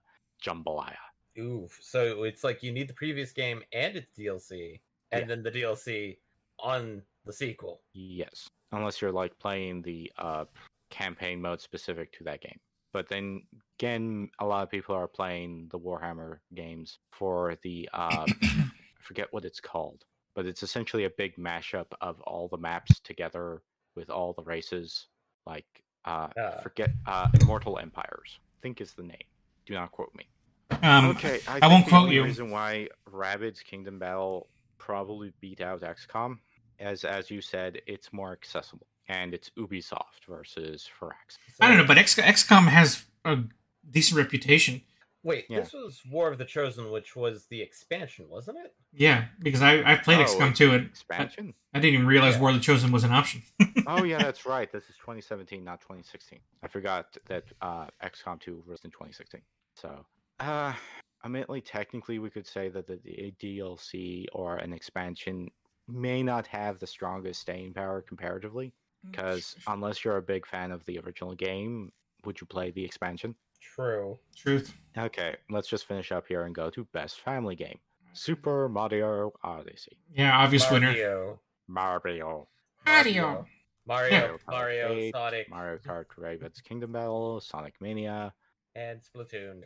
[SPEAKER 3] jambalaya.
[SPEAKER 4] Oof. So it's like you need the previous game and its DLC, and
[SPEAKER 3] Yeah.
[SPEAKER 4] then the DLC on the sequel.
[SPEAKER 3] Yes, unless you're like playing the uh, campaign mode specific to that game. But then again, a lot of people are playing the Warhammer games for the uh, I forget what it's called, but it's essentially a big mashup of all the maps together with all the races. Like uh,
[SPEAKER 4] Ah.
[SPEAKER 3] forget uh, Immortal Empires, I think is the name. Do not quote me
[SPEAKER 2] Um,
[SPEAKER 3] okay, I,
[SPEAKER 2] I won't
[SPEAKER 3] think the
[SPEAKER 2] quote
[SPEAKER 3] only
[SPEAKER 2] you.
[SPEAKER 3] Reason why Rabbids Kingdom Battle probably beat out XCOM, as as you said, it's more accessible and it's Ubisoft versus Firaxis.
[SPEAKER 2] I don't know, but X- XCOM has a decent reputation.
[SPEAKER 4] Wait,
[SPEAKER 3] Yeah.
[SPEAKER 4] this was War of the Chosen, which was the expansion, wasn't it?
[SPEAKER 2] Yeah, because I, I played
[SPEAKER 3] Oh,
[SPEAKER 2] XCOM
[SPEAKER 3] it's
[SPEAKER 2] 2 and
[SPEAKER 3] expansion.
[SPEAKER 2] I didn't even realize
[SPEAKER 4] Yeah.
[SPEAKER 2] War of the Chosen was an option.
[SPEAKER 3] oh yeah, that's right. This is 2017, not 2016. I forgot that uh, XCOM 2 was in 2016. So, uh, I mean, like, technically, we could say that the, the DLC or an expansion may not have the strongest staying power comparatively, because unless you're a big fan of the original game, would you play the expansion?
[SPEAKER 4] True.
[SPEAKER 2] Truth.
[SPEAKER 3] Okay, let's just finish up here and go to best family game: Super Mario Odyssey.
[SPEAKER 2] Yeah, obvious winner.
[SPEAKER 4] Mario.
[SPEAKER 3] Mario.
[SPEAKER 2] Mario.
[SPEAKER 4] Mario,
[SPEAKER 3] Kart
[SPEAKER 4] Mario,
[SPEAKER 3] 8,
[SPEAKER 4] Sonic,
[SPEAKER 3] Mario Kart Rabbit's Kingdom Battle, Sonic Mania.
[SPEAKER 4] and Splatoon.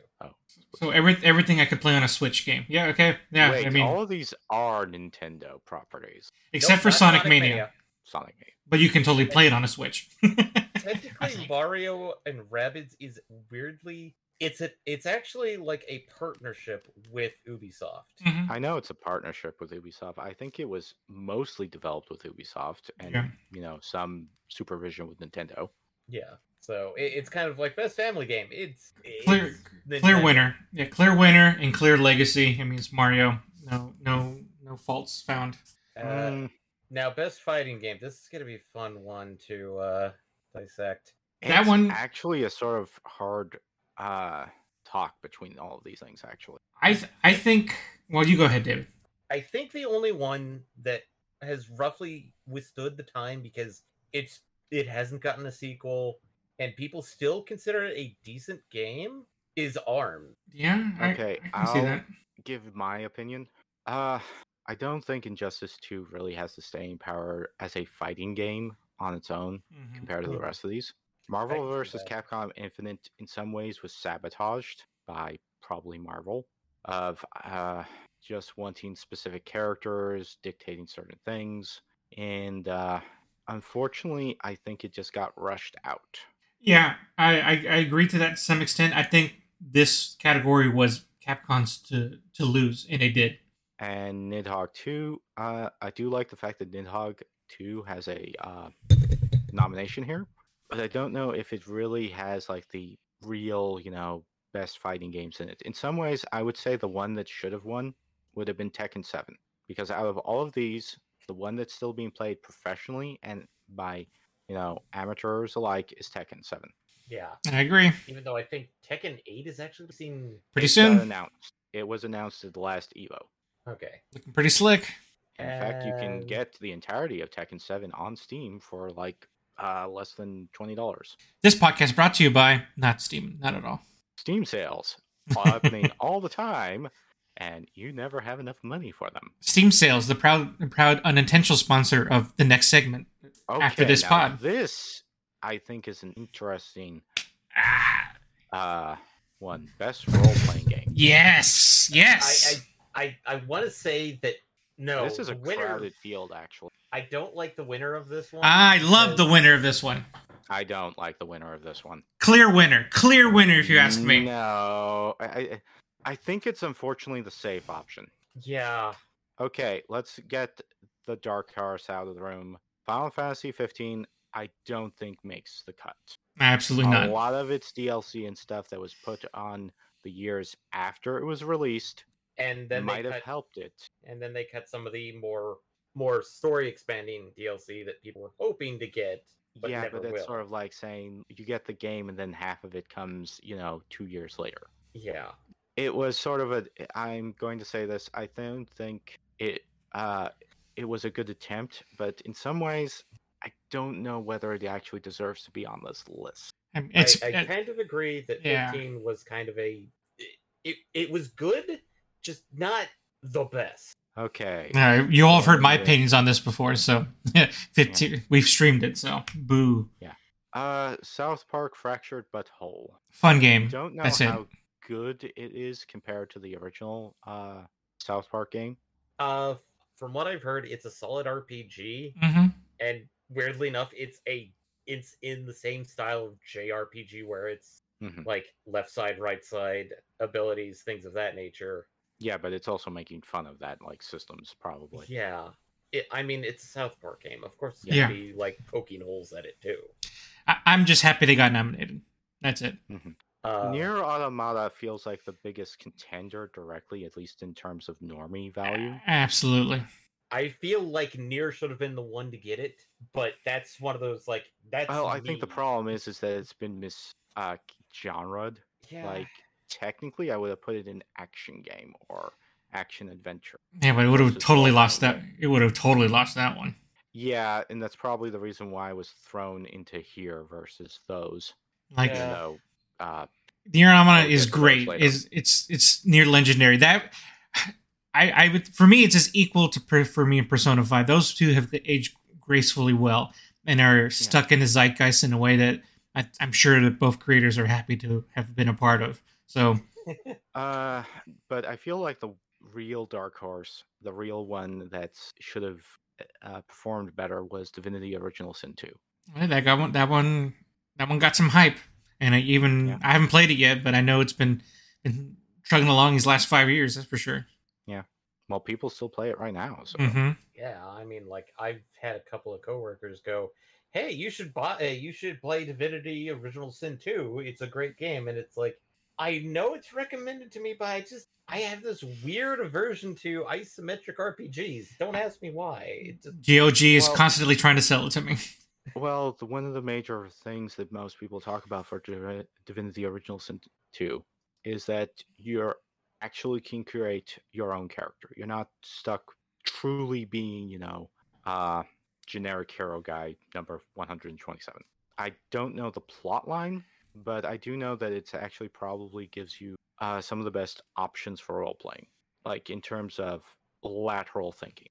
[SPEAKER 2] So every, everything I could play on a Switch game. Yeah, okay. Yeah,
[SPEAKER 3] Wait,
[SPEAKER 2] I mean,
[SPEAKER 3] all of these are Nintendo properties.
[SPEAKER 2] except
[SPEAKER 4] Nope,
[SPEAKER 2] for
[SPEAKER 4] not
[SPEAKER 2] Sonic, Mania,
[SPEAKER 3] Sonic Mania.
[SPEAKER 2] but you can totally play it on a Switch. I
[SPEAKER 4] Technically,
[SPEAKER 2] think.
[SPEAKER 4] Mario and Rabbids is weirdly it's a, it's actually like a partnership with Ubisoft.
[SPEAKER 2] Mhm.
[SPEAKER 3] I know it's a partnership with Ubisoft. I think it was mostly developed with Ubisoft and
[SPEAKER 2] Yeah.
[SPEAKER 3] you know some supervision with Nintendo.
[SPEAKER 4] Yeah, so it, it's kind of like best family game. It's, it's
[SPEAKER 2] Clear-
[SPEAKER 4] Nintendo.
[SPEAKER 2] Clear winner. Yeah, clear winner and clear legacy. I mean, it's Mario. No, no, no faults found.
[SPEAKER 4] Uh,
[SPEAKER 3] Mm,
[SPEAKER 4] Now, best fighting game. This is gonna be a fun one to uh, dissect.
[SPEAKER 2] that
[SPEAKER 3] it's
[SPEAKER 2] one-
[SPEAKER 3] actually a sort of hard uh, talk between all of these things. Actually,
[SPEAKER 2] I, th- I think. Well, you go ahead, David.
[SPEAKER 4] I think the only one that has roughly withstood the time because it's it hasn't gotten a sequel and people still consider it a decent game is Arm.
[SPEAKER 2] Yeah. I-
[SPEAKER 3] Okay,
[SPEAKER 2] I, can see
[SPEAKER 3] I'll-
[SPEAKER 2] that.
[SPEAKER 3] give my opinion. Uh, I don't think Injustice Two really has the staying power as a fighting game on its own.
[SPEAKER 2] Mhm.
[SPEAKER 3] compared to the
[SPEAKER 4] Mhm.
[SPEAKER 3] rest of these.
[SPEAKER 4] can
[SPEAKER 3] Marvel
[SPEAKER 4] see
[SPEAKER 3] vs.
[SPEAKER 4] that.
[SPEAKER 3] Capcom Infinite in some ways was sabotaged by probably Marvel of uh, just wanting specific characters, dictating certain things, and uh, unfortunately, I think it just got rushed out.
[SPEAKER 2] Yeah, I, I, I agree to that to some extent. I think this category was Capcom's to, to lose, and they did.
[SPEAKER 3] And Nidhogg 2, uh, I do like the fact that Nidhogg 2 has a uh, nomination here, but I don't know if it really has like the real, you know, best fighting games in it. In some ways, I would say the one that should have won would have been Tekken 7, because out of all of these, the one that's still being played professionally and by, you know, amateurs alike is Tekken 7.
[SPEAKER 4] Yeah.
[SPEAKER 2] I agree.
[SPEAKER 4] Even though I think Tekken 8 is actually seen
[SPEAKER 2] Pretty
[SPEAKER 3] It got
[SPEAKER 2] soon,
[SPEAKER 3] announced. It was announced at the last EVO.
[SPEAKER 4] okay.
[SPEAKER 2] looking pretty slick.
[SPEAKER 3] In fact, you can
[SPEAKER 4] Um,
[SPEAKER 3] get the entirety of Tekken 7 on Steam for like uh, less than $20.
[SPEAKER 2] This podcast brought to you by not Steam, not at all.
[SPEAKER 3] Steam sales are happening all the time, and you never have enough money for them.
[SPEAKER 2] Steam Sales, the proud, proud unintentional sponsor of the next segment. After this
[SPEAKER 3] now
[SPEAKER 2] pod.
[SPEAKER 3] This, I think, is an interesting
[SPEAKER 2] Ah,
[SPEAKER 3] uh, one. Best role playing game.
[SPEAKER 2] yes, yes.
[SPEAKER 4] I I I, I want to say that no.
[SPEAKER 3] this is a
[SPEAKER 4] the winner.
[SPEAKER 3] crowded field, actually.
[SPEAKER 4] I don't like the winner of this one.
[SPEAKER 2] I, love the
[SPEAKER 4] because-
[SPEAKER 2] winner of this one.
[SPEAKER 3] I don't like the winner of this one.
[SPEAKER 2] Clear winner, clear winner. If you ask
[SPEAKER 3] Mm.
[SPEAKER 2] me,
[SPEAKER 3] No. I, I, I think it's unfortunately the safe option.
[SPEAKER 4] Yeah.
[SPEAKER 3] Okay, let's get the dark horse out of the room. Final Fantasy 15, I don't think makes the cut.
[SPEAKER 2] absolutely
[SPEAKER 3] A
[SPEAKER 2] not.
[SPEAKER 3] lot of its DLC and stuff that was put on the years after it was released
[SPEAKER 4] And then
[SPEAKER 3] might
[SPEAKER 4] they
[SPEAKER 3] have
[SPEAKER 4] cut,
[SPEAKER 3] helped it.
[SPEAKER 4] and then they cut some of the more more story expanding DLC that people were hoping to get. But
[SPEAKER 3] yeah,
[SPEAKER 4] never
[SPEAKER 3] but that's
[SPEAKER 4] will.
[SPEAKER 3] sort of like saying you get the game and then half of it comes, you know, two years later.
[SPEAKER 4] Yeah.
[SPEAKER 3] It was sort of a. I'm going to say this. I don't think it. Uh, it was a good attempt, but in some ways, I don't know whether it actually deserves to be on this list.
[SPEAKER 2] I mean, It's uh,
[SPEAKER 4] I, I
[SPEAKER 2] it-
[SPEAKER 4] kind of agree that
[SPEAKER 2] yeah.
[SPEAKER 4] 15 was kind of a it, it it was good, just not the best.
[SPEAKER 3] Okay.
[SPEAKER 2] Uh, you all have heard my
[SPEAKER 3] Yeah.
[SPEAKER 2] opinions on this before, so 15, we've streamed it. So boo,
[SPEAKER 3] Uh, South Park Fractured But Whole.
[SPEAKER 2] fun game.
[SPEAKER 3] Don't know
[SPEAKER 2] That's it.
[SPEAKER 3] how good it is compared to the original uh, South Park game.
[SPEAKER 4] Uh from what I've heard, it's a solid RPG
[SPEAKER 2] hmm
[SPEAKER 4] and weirdly enough, it's a it's in the same style of JRPG where it's
[SPEAKER 3] Mhm.
[SPEAKER 4] like left side, right side abilities, things of that nature.
[SPEAKER 3] Yeah, but it's also making fun of that like systems probably.
[SPEAKER 4] Yeah. It, I mean, it's a South Park game. Of course, it's
[SPEAKER 2] Yeah.
[SPEAKER 4] gonna be like poking holes at it too.
[SPEAKER 2] I- I'm just happy they got nominated. that's it.
[SPEAKER 4] Uh,
[SPEAKER 3] Near Automata feels like the biggest contender directly, at least in terms of normie value.
[SPEAKER 2] Absolutely.
[SPEAKER 4] I feel like Near should have been the one to get it, but that's one of those like that's.
[SPEAKER 3] Well, Oh, I think the
[SPEAKER 4] me.
[SPEAKER 3] problem is is that it's been mis uh, genred.
[SPEAKER 4] Yeah.
[SPEAKER 3] Like technically, I would have put it in action game or action adventure.
[SPEAKER 2] Yeah, but it would have
[SPEAKER 3] Versus
[SPEAKER 2] totally
[SPEAKER 3] Fallout
[SPEAKER 2] lost that.
[SPEAKER 3] Boy.
[SPEAKER 2] It would have totally lost that one.
[SPEAKER 3] Yeah, and that's probably the reason why I was thrown into here versus those.
[SPEAKER 2] Like
[SPEAKER 3] Even
[SPEAKER 4] Yeah.
[SPEAKER 3] though, uh,
[SPEAKER 2] the Neuronomicon
[SPEAKER 3] We'll
[SPEAKER 2] is
[SPEAKER 3] get to those
[SPEAKER 2] great.
[SPEAKER 3] later.
[SPEAKER 2] Is it's it's near legendary. That I I would for me it's as equal to per- for me and Persona Five. Those two have aged gracefully well and are stuck in the zeitgeist in a way that I, I'm sure that both creators are happy to have been a part of. So
[SPEAKER 3] uh, but I feel like the real dark horse, the real one that should have uh, performed better was Divinity: Original Sin Two.
[SPEAKER 2] yeah, that got one. That one. That one got some hype, and I even
[SPEAKER 3] Yeah.
[SPEAKER 2] I haven't played it yet, but I know it's been been chugging along these last five years. That's for sure.
[SPEAKER 3] Well, people still play it right now, so
[SPEAKER 2] hmm
[SPEAKER 4] Yeah, I mean, like I've had a couple of coworkers go, "Hey, you should buy, uh, you should play Divinity: Original Sin 2. It's a great game." And it's like, I know it's recommended to me, but I just I have this weird aversion to isometric RPGs. Don't ask me why. It just,
[SPEAKER 2] GOG is
[SPEAKER 3] Well-
[SPEAKER 2] constantly trying to sell it to me.
[SPEAKER 3] Well, the, one of the major things that most people talk about for Divi- Divinity Original Sin 2 is that you're actually can create your own character. You're not stuck truly being, you know, uh, generic hero guy number 127. I don't know the plot line, but I do know that it's actually probably gives you uh, some of the best options for role playing, like in terms of lateral thinking.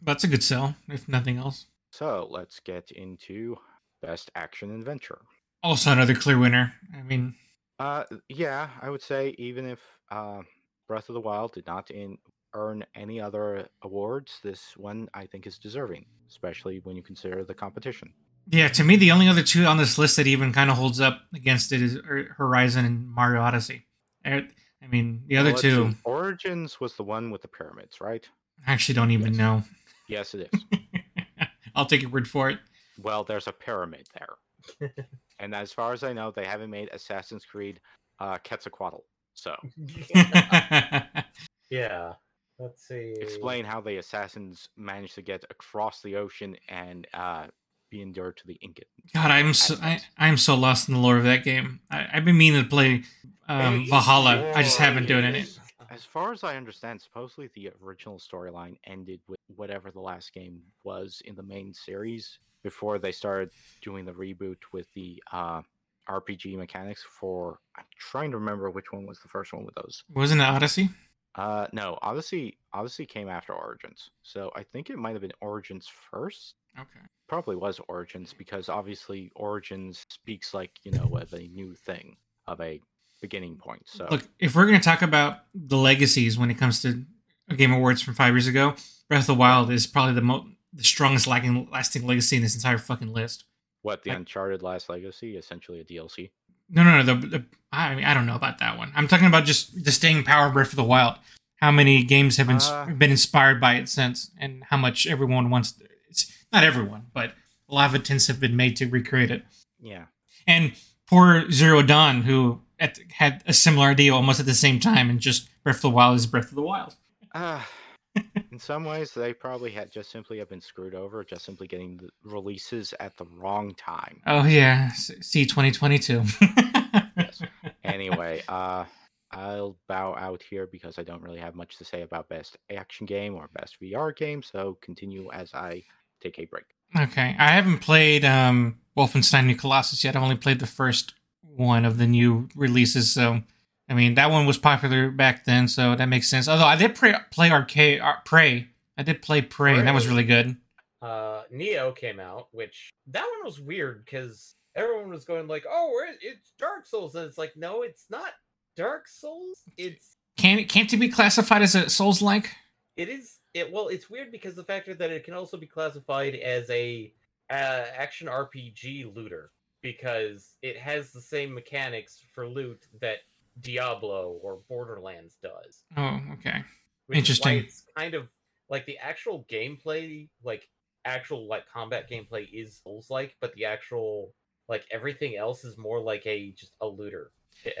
[SPEAKER 2] That's a good sell, if nothing else.
[SPEAKER 3] So let's get into best action adventure.
[SPEAKER 2] Also, another clear winner. I mean,
[SPEAKER 3] Uh, yeah, I would say even if uh, Breath of the Wild did not in, earn any other awards, this one I think is deserving, especially when you consider the competition.
[SPEAKER 2] yeah, to me, the only other two on this list that even kind of holds up against it is Er- Horizon and Mario Odyssey. Er- I mean, the other
[SPEAKER 3] Let's see,
[SPEAKER 2] two,
[SPEAKER 3] Origins was the one with the pyramids, right?
[SPEAKER 2] I actually don't even
[SPEAKER 3] Yes.
[SPEAKER 2] know.
[SPEAKER 3] Yes, it is.
[SPEAKER 2] I'll take your word for it.
[SPEAKER 3] well, there's a pyramid there, and as far as I know, they haven't made Assassin's Creed uh, Quetzalcoatl. So
[SPEAKER 4] yeah. Let's see.
[SPEAKER 3] explain how the assassins managed to get across the ocean and uh, be endured to the Incan.
[SPEAKER 2] God, I'm so I, I'm so lost in the lore of that game. I, I've been meaning to play um,
[SPEAKER 4] It's
[SPEAKER 2] Valhalla. I just haven't done
[SPEAKER 4] glorious.
[SPEAKER 2] it.
[SPEAKER 3] As far as I understand, supposedly the original storyline ended with whatever the last game was in the main series before they started doing the reboot with the uh, RPG mechanics for. I'm trying to remember which one was the first one with those.
[SPEAKER 2] Wasn't it Odyssey?
[SPEAKER 3] Uh, no, Odyssey. Odyssey came after Origins, so I think it might have been Origins first.
[SPEAKER 2] Okay.
[SPEAKER 3] Probably was Origins because obviously Origins speaks like you know of a new thing, of a beginning point. So
[SPEAKER 2] Look, if we're going to talk about the legacies when it comes to Game Awards from five years ago, Breath of the Wild is probably the mo- the strongest lacking lasting legacy in this entire fucking list.
[SPEAKER 3] what the
[SPEAKER 2] I-
[SPEAKER 3] Uncharted Last Legacy, essentially a DLC.
[SPEAKER 2] No, no, no. The, the, I mean, I don't know about that one. I'm talking about just the staying power of Breath of the Wild. How many games have ins-
[SPEAKER 3] Uh.
[SPEAKER 2] been inspired by it since, and how much everyone wants? It's not everyone, but a lot of attempts have been made to recreate it.
[SPEAKER 3] Yeah.
[SPEAKER 2] and poor Zero Dawn, who at, had a similar idea almost at the same time, and just Breath of the Wild is Breath of the Wild.
[SPEAKER 3] Uh, in some ways, they probably had just simply have been screwed over, just simply getting the releases at the wrong time.
[SPEAKER 2] Oh yeah, see twenty twenty two.
[SPEAKER 3] Anyway, uh, I'll bow out here because I don't really have much to say about best action game or best VR game. So continue as I take a break.
[SPEAKER 2] Okay, I haven't played um, Wolfenstein New Colossus yet. I've only played the first one of the new releases, so I mean that one was popular back then, so that makes sense. Although I did pre- play Arcade uh, Prey. I did play Prey, and that was
[SPEAKER 4] Prey.
[SPEAKER 2] really good.
[SPEAKER 4] uh neo came out which that one was weird because everyone was going like oh we're- it's dark souls and it's like no it's not dark souls it's
[SPEAKER 2] Can can't it be classified as a Souls like?
[SPEAKER 4] it is it well it's weird because the factor that it can also be classified as a uh, action rpg looter because it has the same mechanics for loot that diablo or borderlands does
[SPEAKER 2] Oh, okay.
[SPEAKER 4] which is why
[SPEAKER 2] Interesting.
[SPEAKER 4] it's kind of like the actual gameplay, like actual like combat gameplay is Souls like, but the actual like everything else is more like a just a looter,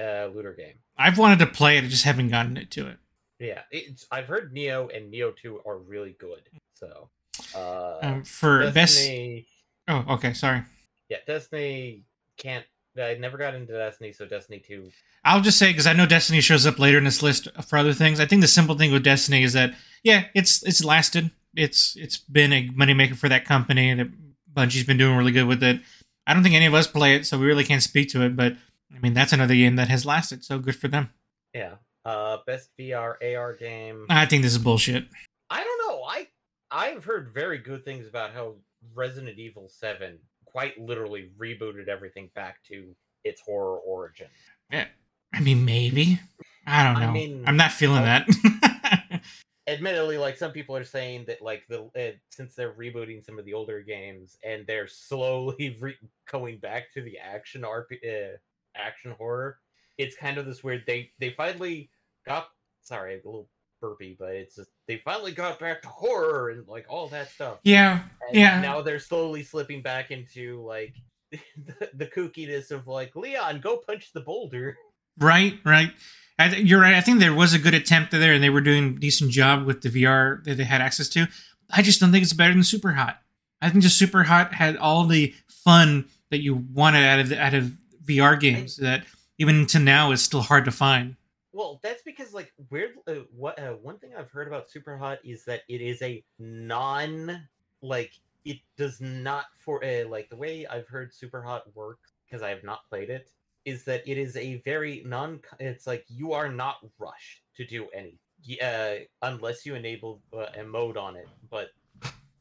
[SPEAKER 4] uh, looter game.
[SPEAKER 2] I've wanted to play it, I just haven't gotten it to it.
[SPEAKER 4] Yeah, it's I've heard Neo and Neo Two are really good. So, uh,
[SPEAKER 2] Um, for best.
[SPEAKER 4] Destiny,
[SPEAKER 2] Oh, okay. Sorry.
[SPEAKER 4] yeah, Destiny can't. I never got into Destiny, so Destiny Two.
[SPEAKER 2] I'll just say because I know Destiny shows up later in this list for other things. I think the simple thing with Destiny is that yeah, it's it's lasted. It's it's been a moneymaker for that company. That Bungie's been doing really good with it. I don't think any of us play it, so we really can't speak to it. But I mean, that's another game that has lasted. So good for them.
[SPEAKER 4] Yeah, uh, best VR AR game.
[SPEAKER 2] I think this is bullshit.
[SPEAKER 4] I don't know. I I've heard very good things about how Resident Evil Seven quite literally rebooted everything back to its horror origin.
[SPEAKER 2] I mean, maybe. I don't
[SPEAKER 4] I
[SPEAKER 2] know. I
[SPEAKER 4] mean,
[SPEAKER 2] am not feeling
[SPEAKER 4] I-
[SPEAKER 2] that.
[SPEAKER 4] admittedly like some people are saying that like the uh, since they're rebooting some of the older games and they're slowly re- going back to the action RP, uh, action horror it's kind of this weird they they finally got sorry a little burpy but it's just they finally got back to horror and like all that stuff
[SPEAKER 2] yeah,
[SPEAKER 4] and
[SPEAKER 2] Yeah.
[SPEAKER 4] now they're slowly slipping back into like the, the kookiness of like leon go punch the boulder
[SPEAKER 2] right, right. I th- you're right. I think there was a good attempt there, and they were doing a decent job with the VR that they had access to. I just don't think it's better than Super Hot. I think just Super Hot had all the fun that you wanted out of the, out of VR games that even to now is still hard to find.
[SPEAKER 4] Well, that's because like weird. Uh, what uh, one thing I've heard about Superhot is that it is a non like it does not for uh, like the way I've heard Superhot work because I have not played it is that it is a very non. It's like you are not rushed to do anything uh, unless you enable uh, a mode on it. But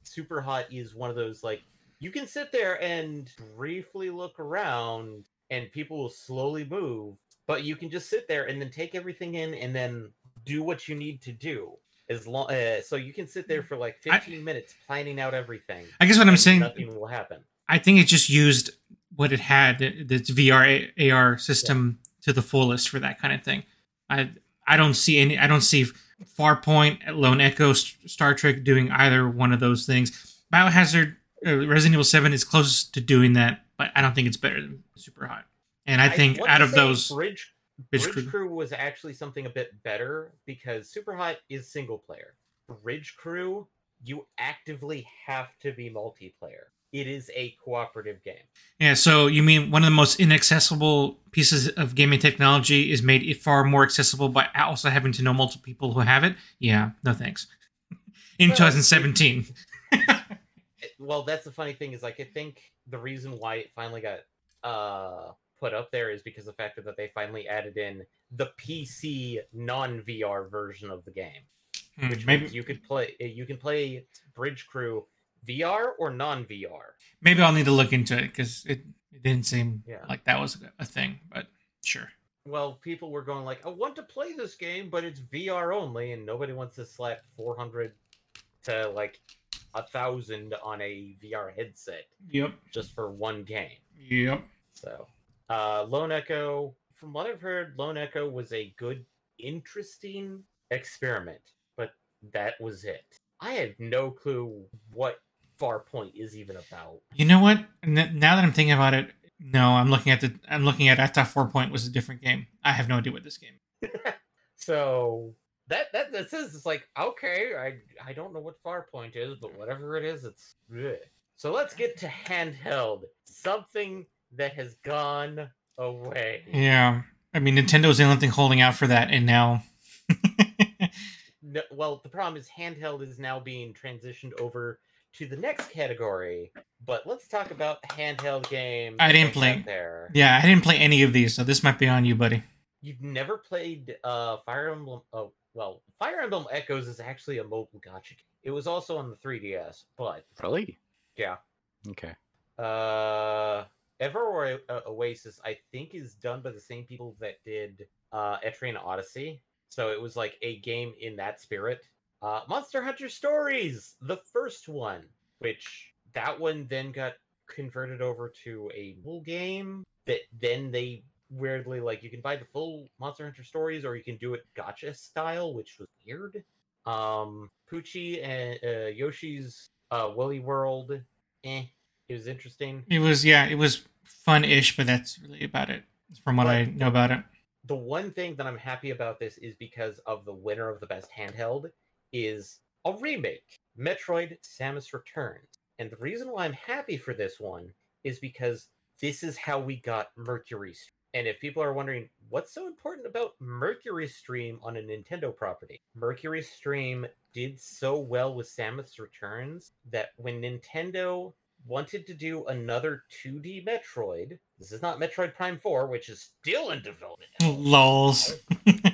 [SPEAKER 4] Superhot is one of those like you can sit there and briefly look around and people will slowly move but you can just sit there and then take everything in and then do what you need to do as long uh, so you can sit there for like
[SPEAKER 2] Mm. I-
[SPEAKER 4] 15 minutes planning out everything
[SPEAKER 2] I guess what I'm
[SPEAKER 4] and
[SPEAKER 2] saying,
[SPEAKER 4] nothing will happen
[SPEAKER 2] I think it just used what it had, th- this VR A- AR system to the fullest for that kind of thing. I I don't see any. I don't see Farpoint, Lone Echo, S- Star Trek doing either one of those things. Biohazard, uh, Resident Evil Seven is closest to doing that, but I don't think it's better than Super Hot. And I think
[SPEAKER 4] want to
[SPEAKER 2] out of
[SPEAKER 4] say
[SPEAKER 2] those,
[SPEAKER 4] bridge,
[SPEAKER 2] Bridge
[SPEAKER 4] bridge,
[SPEAKER 2] Crew-
[SPEAKER 4] crew. was actually something a bit better because superhot is single player bridge crew you actively have to be multiplayer it is a cooperative game
[SPEAKER 2] yeah. So you mean one of the most inaccessible pieces of gaming technology is made it far more accessible by also having to know multiple people who have it? Yeah. No thanks. In
[SPEAKER 4] Well, it-
[SPEAKER 2] 2017.
[SPEAKER 4] it- well that's the funny thing is like i think the reason why it finally got uh put up there is because the fact that they finally added in the pc non-vr version of the game
[SPEAKER 2] Hmm,
[SPEAKER 4] which
[SPEAKER 2] maybe
[SPEAKER 4] means you could play uh, you can play bridge crew vr or non-vr
[SPEAKER 2] maybe I'll need to look into it because it, it didn't seem
[SPEAKER 4] Yeah.
[SPEAKER 2] like that was a thing. But sure,
[SPEAKER 4] well people were going like i want to play this game but it's vr only and nobody wants to slap 400 to like a thousand on a vr headset
[SPEAKER 2] yep,
[SPEAKER 4] just for one game
[SPEAKER 2] yep.
[SPEAKER 4] So, uh, Lone Echo, from what I've heard, Lone Echo was a good, interesting experiment, but that was it. I have no clue what Farpoint is even about.
[SPEAKER 2] You know what? N- Now that I'm thinking about it, no, I'm looking at the I'm looking at. I thought Four Point was a different game. I have no idea what this game.
[SPEAKER 4] So that that that says it's like okay, I I don't know what Farpoint is, but whatever it is, it's bleh. so. Let's get to handheld, something that has gone away.
[SPEAKER 2] Yeah, I mean Nintendo's the only thing holding out for that, and now.
[SPEAKER 4] no, well, the problem is handheld is now being transitioned over to the next category. But let's talk about handheld games.
[SPEAKER 2] I didn't
[SPEAKER 4] that's
[SPEAKER 2] play-
[SPEAKER 4] out there.
[SPEAKER 2] yeah, I didn't play any of these, so this might be on you, buddy.
[SPEAKER 4] You've never played uh Fire Emblem. Oh, well, Fire Emblem Echoes is actually a mobile gacha. game. It was also on the 3DS, but
[SPEAKER 3] Really?
[SPEAKER 4] Yeah.
[SPEAKER 3] Okay.
[SPEAKER 4] uh, Everwhere O- uh, Oasis I think is done by the same people that did uh Etrian Odyssey. So it was like a game in that spirit. Uh, Monster Hunter Stories, the first one, which that one then got converted over to a full game that then they weirdly like you can buy the full Monster Hunter Stories or you can do it gotcha style, which was weird. Um, Poochie and uh, Yoshi's uh, Woolly World, eh, it was interesting.
[SPEAKER 2] It was yeah, it was fun-ish, but that's really about it from what I know about it.
[SPEAKER 4] the one thing that I'm happy about this is because of the winner of the best handheld is a remake, Metroid Samus Returns. And the reason why I'm happy for this one is because this is how we got Mercury Stream. And if people are wondering what's so important about Mercury Stream on a Nintendo property, Mercury Stream did so well with Samus Returns that when Nintendo wanted to do another 2D Metroid, this is not Metroid Prime 4, which is still in development.
[SPEAKER 2] Lols.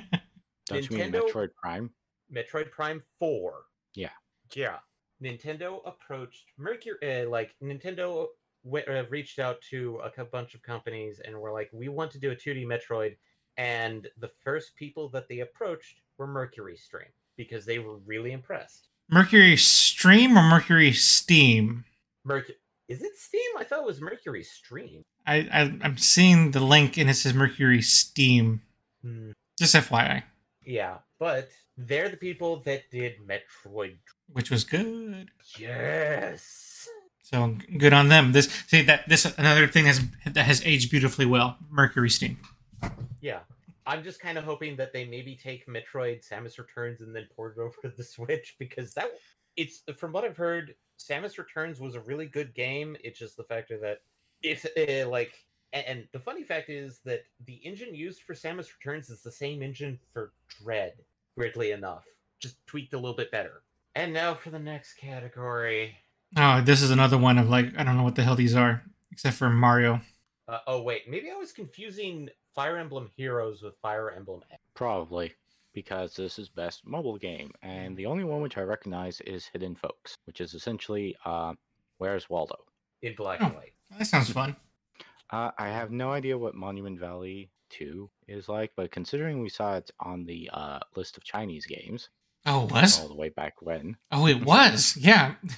[SPEAKER 3] Don't you mean
[SPEAKER 4] Nintendo-
[SPEAKER 3] Metroid Prime?
[SPEAKER 4] Metroid Prime 4.
[SPEAKER 3] Yeah.
[SPEAKER 4] Yeah. Nintendo approached Mercury, uh, like, Nintendo went, uh, reached out to a co- bunch of companies and were like, we want to do a 2D Metroid. And the first people that they approached were Mercury Stream because they were really impressed.
[SPEAKER 2] Mercury Stream or Mercury Steam?
[SPEAKER 4] Mercury. Is it Steam? I thought it was Mercury Stream.
[SPEAKER 2] I, I I'm seeing the link and it says Mercury Steam.
[SPEAKER 4] Hmm.
[SPEAKER 2] Just FYI,
[SPEAKER 4] Yeah, but they're the people that did Metroid.
[SPEAKER 2] which was good.
[SPEAKER 4] Yes.
[SPEAKER 2] So good on them. This see that this another thing that's, that has aged beautifully well. Mercury Steam.
[SPEAKER 4] Yeah. I'm just kind of hoping that they maybe take Metroid Samus Returns and then port it over to the Switch because that it's from what I've heard, Samus Returns was a really good game. It's just the factor that it's uh, like and, and the funny fact is that the engine used for Samus Returns is the same engine for Dread, weirdly enough, just tweaked a little bit better. And now for the next category.
[SPEAKER 2] Oh, this is another one of like I don't know what the hell these are except for Mario.
[SPEAKER 4] Uh, oh wait, maybe I was confusing Fire Emblem Heroes with Fire Emblem X.
[SPEAKER 3] Probably. Because this is best mobile game, and the only one which I recognize is Hidden Folks, which is essentially uh, Where's Waldo.
[SPEAKER 4] E in black
[SPEAKER 2] Oh.
[SPEAKER 4] and white.
[SPEAKER 2] That sounds fun.
[SPEAKER 3] Uh, I have no idea what Monument Valley 2 is like, but considering we saw it on the uh, list of Chinese games
[SPEAKER 2] Oh, it was.
[SPEAKER 3] all the way back when,
[SPEAKER 2] Oh, it was. Yeah.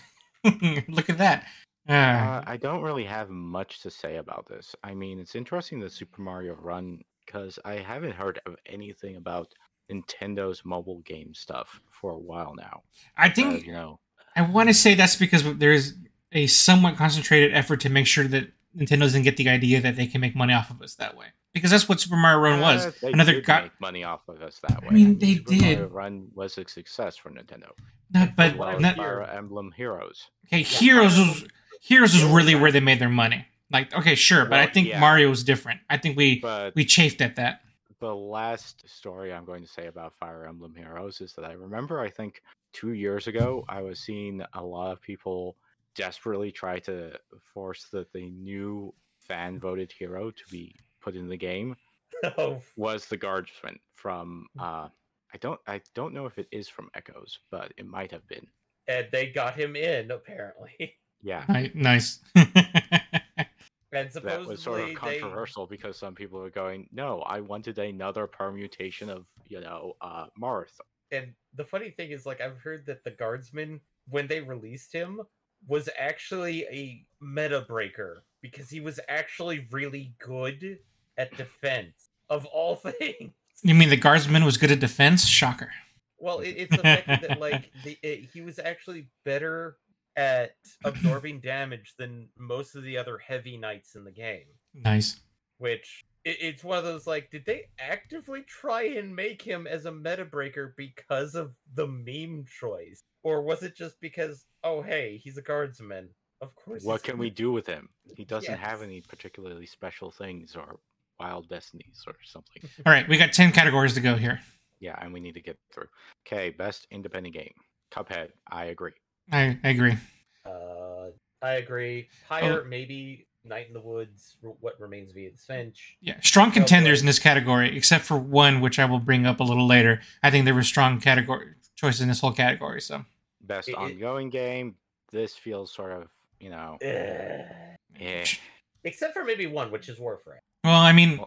[SPEAKER 2] Look at that. Uh,
[SPEAKER 3] uh, I don't really have much to say about this. I mean, it's interesting the Super Mario Run because I haven't heard of anything about Nintendo's mobile game stuff for a while now.
[SPEAKER 2] I
[SPEAKER 3] So,
[SPEAKER 2] think
[SPEAKER 3] you know,
[SPEAKER 2] I want to say that's because there is a somewhat concentrated effort to make sure that Nintendo doesn't get the idea that they can make money off of us that way. Because that's what Super Mario Run
[SPEAKER 3] Uh,
[SPEAKER 2] was.
[SPEAKER 3] they
[SPEAKER 2] Another
[SPEAKER 3] did
[SPEAKER 2] guy.
[SPEAKER 3] make money off of us that way.
[SPEAKER 2] mean, they
[SPEAKER 3] Super Mario
[SPEAKER 2] did.
[SPEAKER 3] Run was a success for Nintendo.
[SPEAKER 2] No,
[SPEAKER 4] But
[SPEAKER 2] but
[SPEAKER 3] Well,
[SPEAKER 4] I
[SPEAKER 3] as
[SPEAKER 4] was
[SPEAKER 2] not,
[SPEAKER 4] here-
[SPEAKER 3] Fire Emblem Heroes.
[SPEAKER 2] okay,
[SPEAKER 4] Yeah,
[SPEAKER 2] Heroes
[SPEAKER 4] Fire
[SPEAKER 2] was Heroes was
[SPEAKER 4] Heroes
[SPEAKER 2] really
[SPEAKER 4] was-
[SPEAKER 2] where they made their money. Like, okay, sure, but I
[SPEAKER 3] Well,
[SPEAKER 2] think
[SPEAKER 3] yeah.
[SPEAKER 2] Mario was different. I think we
[SPEAKER 3] But
[SPEAKER 2] we chafed at that.
[SPEAKER 3] the last story I'm going to say about Fire Emblem Heroes is that I remember, I think two years ago, I was seeing a lot of people desperately try to force that the new fan voted hero to be put in the game
[SPEAKER 4] Oh,
[SPEAKER 3] was the guardsman from
[SPEAKER 4] Hmm.
[SPEAKER 3] uh I don't I don't know if it is from Echoes, but it might have been.
[SPEAKER 4] and they got him in apparently,
[SPEAKER 3] Yeah.
[SPEAKER 2] Ni- Nice.
[SPEAKER 4] and
[SPEAKER 3] That
[SPEAKER 4] supposedly
[SPEAKER 3] was sort of
[SPEAKER 4] they-
[SPEAKER 3] controversial because some people were going, No, I wanted another permutation of, you know, uh Marth.
[SPEAKER 4] and the funny thing is, like I've heard that the guardsman, when they released him, was actually a meta breaker because he was actually really good at defense of all things.
[SPEAKER 2] you mean the guardsman was good at defense? Shocker.
[SPEAKER 4] Well, it, it's the fact that like the, it, he was actually better at absorbing damage than most of the other heavy knights in the game.
[SPEAKER 2] Nice.
[SPEAKER 4] which it, it's one of those like did they actively try and make him as a meta breaker because of the meme choice or was it just because oh hey he's a guardsman of course
[SPEAKER 3] what
[SPEAKER 4] he's
[SPEAKER 3] can
[SPEAKER 4] gonna
[SPEAKER 3] we
[SPEAKER 4] be-
[SPEAKER 3] do with him? He doesn't have
[SPEAKER 4] Yes.
[SPEAKER 3] any particularly special things or wild destinies or something.
[SPEAKER 2] All right, we got 10 categories to go here.
[SPEAKER 3] yeah, and we need to get through. Okay, best independent game. Cuphead, I agree.
[SPEAKER 2] I, I agree.
[SPEAKER 4] uh i agree higher maybe night in the woods Re- what remains of edith finch
[SPEAKER 2] Yeah, strong
[SPEAKER 4] Okay.
[SPEAKER 2] contenders in this category, except for one, which I will bring up a little later. I think there were strong category choices in this whole category. So,
[SPEAKER 3] Best
[SPEAKER 4] It- it-
[SPEAKER 3] ongoing game. This feels sort of, you know,
[SPEAKER 4] Ugh.
[SPEAKER 3] eh.
[SPEAKER 4] except for maybe one which is warframe
[SPEAKER 2] well, I mean,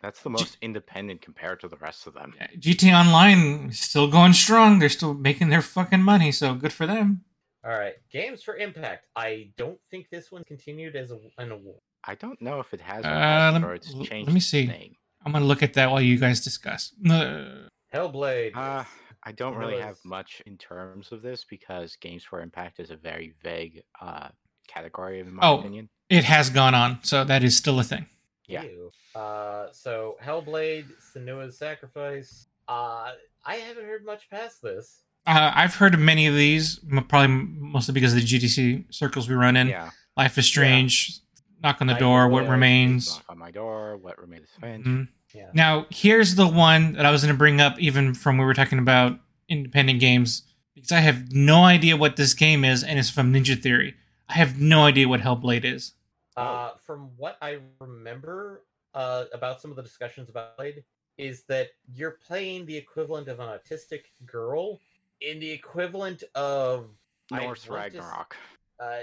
[SPEAKER 3] That's the most independent compared to the rest of them.
[SPEAKER 2] GT Online is still going strong. They're still making their fucking money, so good for them.
[SPEAKER 4] all right games for impact i don't think this one continued as a, an award
[SPEAKER 3] I don't know if it has
[SPEAKER 2] Uh,
[SPEAKER 3] passed
[SPEAKER 2] lem-
[SPEAKER 3] or it's
[SPEAKER 2] l- let
[SPEAKER 3] changed
[SPEAKER 2] me
[SPEAKER 3] its
[SPEAKER 2] see.
[SPEAKER 3] name.
[SPEAKER 2] I'm gonna look at that while you guys discuss. Uh,
[SPEAKER 4] hellblade
[SPEAKER 3] Uh,
[SPEAKER 4] was-
[SPEAKER 3] I don't really have
[SPEAKER 4] Otherwise-
[SPEAKER 3] much in terms of this because games for impact is a very vague uh, category, in my
[SPEAKER 2] Oh.
[SPEAKER 3] opinion.
[SPEAKER 2] It has gone on, so that is still a thing.
[SPEAKER 3] Yeah.
[SPEAKER 4] Ew. Uh, so Hellblade, Senua's Sacrifice. Uh, I haven't heard much past this.
[SPEAKER 2] Uh, I've heard of many of these, m- probably mostly because of the GDC circles we run in.
[SPEAKER 3] yeah,
[SPEAKER 2] Life is Strange, Knock on the
[SPEAKER 4] I
[SPEAKER 2] Door,
[SPEAKER 4] know
[SPEAKER 2] What
[SPEAKER 4] that.
[SPEAKER 2] Remains.
[SPEAKER 3] knock on my door. What remains? Finch.
[SPEAKER 2] Mhm.
[SPEAKER 4] Yeah.
[SPEAKER 2] Now, here's the one that I was going to bring up, even from we were talking about independent games, because I have no idea what this game is, and it's from Ninja Theory. I have no idea what Hellblade is.
[SPEAKER 3] Oh.
[SPEAKER 4] Uh, from what I remember uh, about some of the discussions about Blade, is that you're playing the equivalent of an autistic girl in the equivalent of I
[SPEAKER 3] Norse
[SPEAKER 4] want to s-
[SPEAKER 3] Ragnarok.
[SPEAKER 4] uh,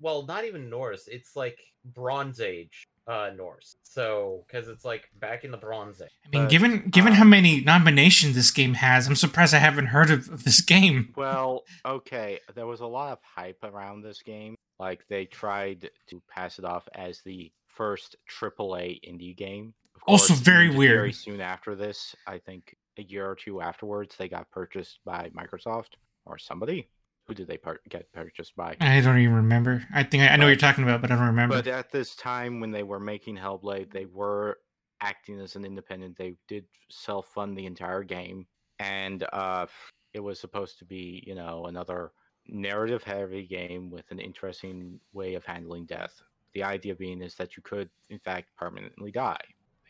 [SPEAKER 4] well, not even Norse. It's like Bronze Age uh, Norse. So because it's like back in the Bronze Age.
[SPEAKER 2] I mean,
[SPEAKER 3] But,
[SPEAKER 2] given given
[SPEAKER 3] uh,
[SPEAKER 2] how many nominations this game has, I'm surprised I haven't heard of, of this game.
[SPEAKER 3] Well, okay, there was a lot of hype around this game. Like they tried to pass it off as the first AAA indie game. Of
[SPEAKER 2] Also very
[SPEAKER 3] Ninja
[SPEAKER 2] weird.
[SPEAKER 3] Theory soon after this, I think a year or two afterwards, they got purchased by Microsoft or somebody. Who did they par- get purchased by?
[SPEAKER 2] I don't even remember. I think I, I know what you're
[SPEAKER 3] But-
[SPEAKER 2] talking about, but I don't remember.
[SPEAKER 3] But at this time, when they were making Hellblade, they were acting as an independent. They did self fund the entire game, and uh, it was supposed to be, you know, another narrative heavy game with an interesting way of handling death. The idea being is that you could, in fact, permanently die,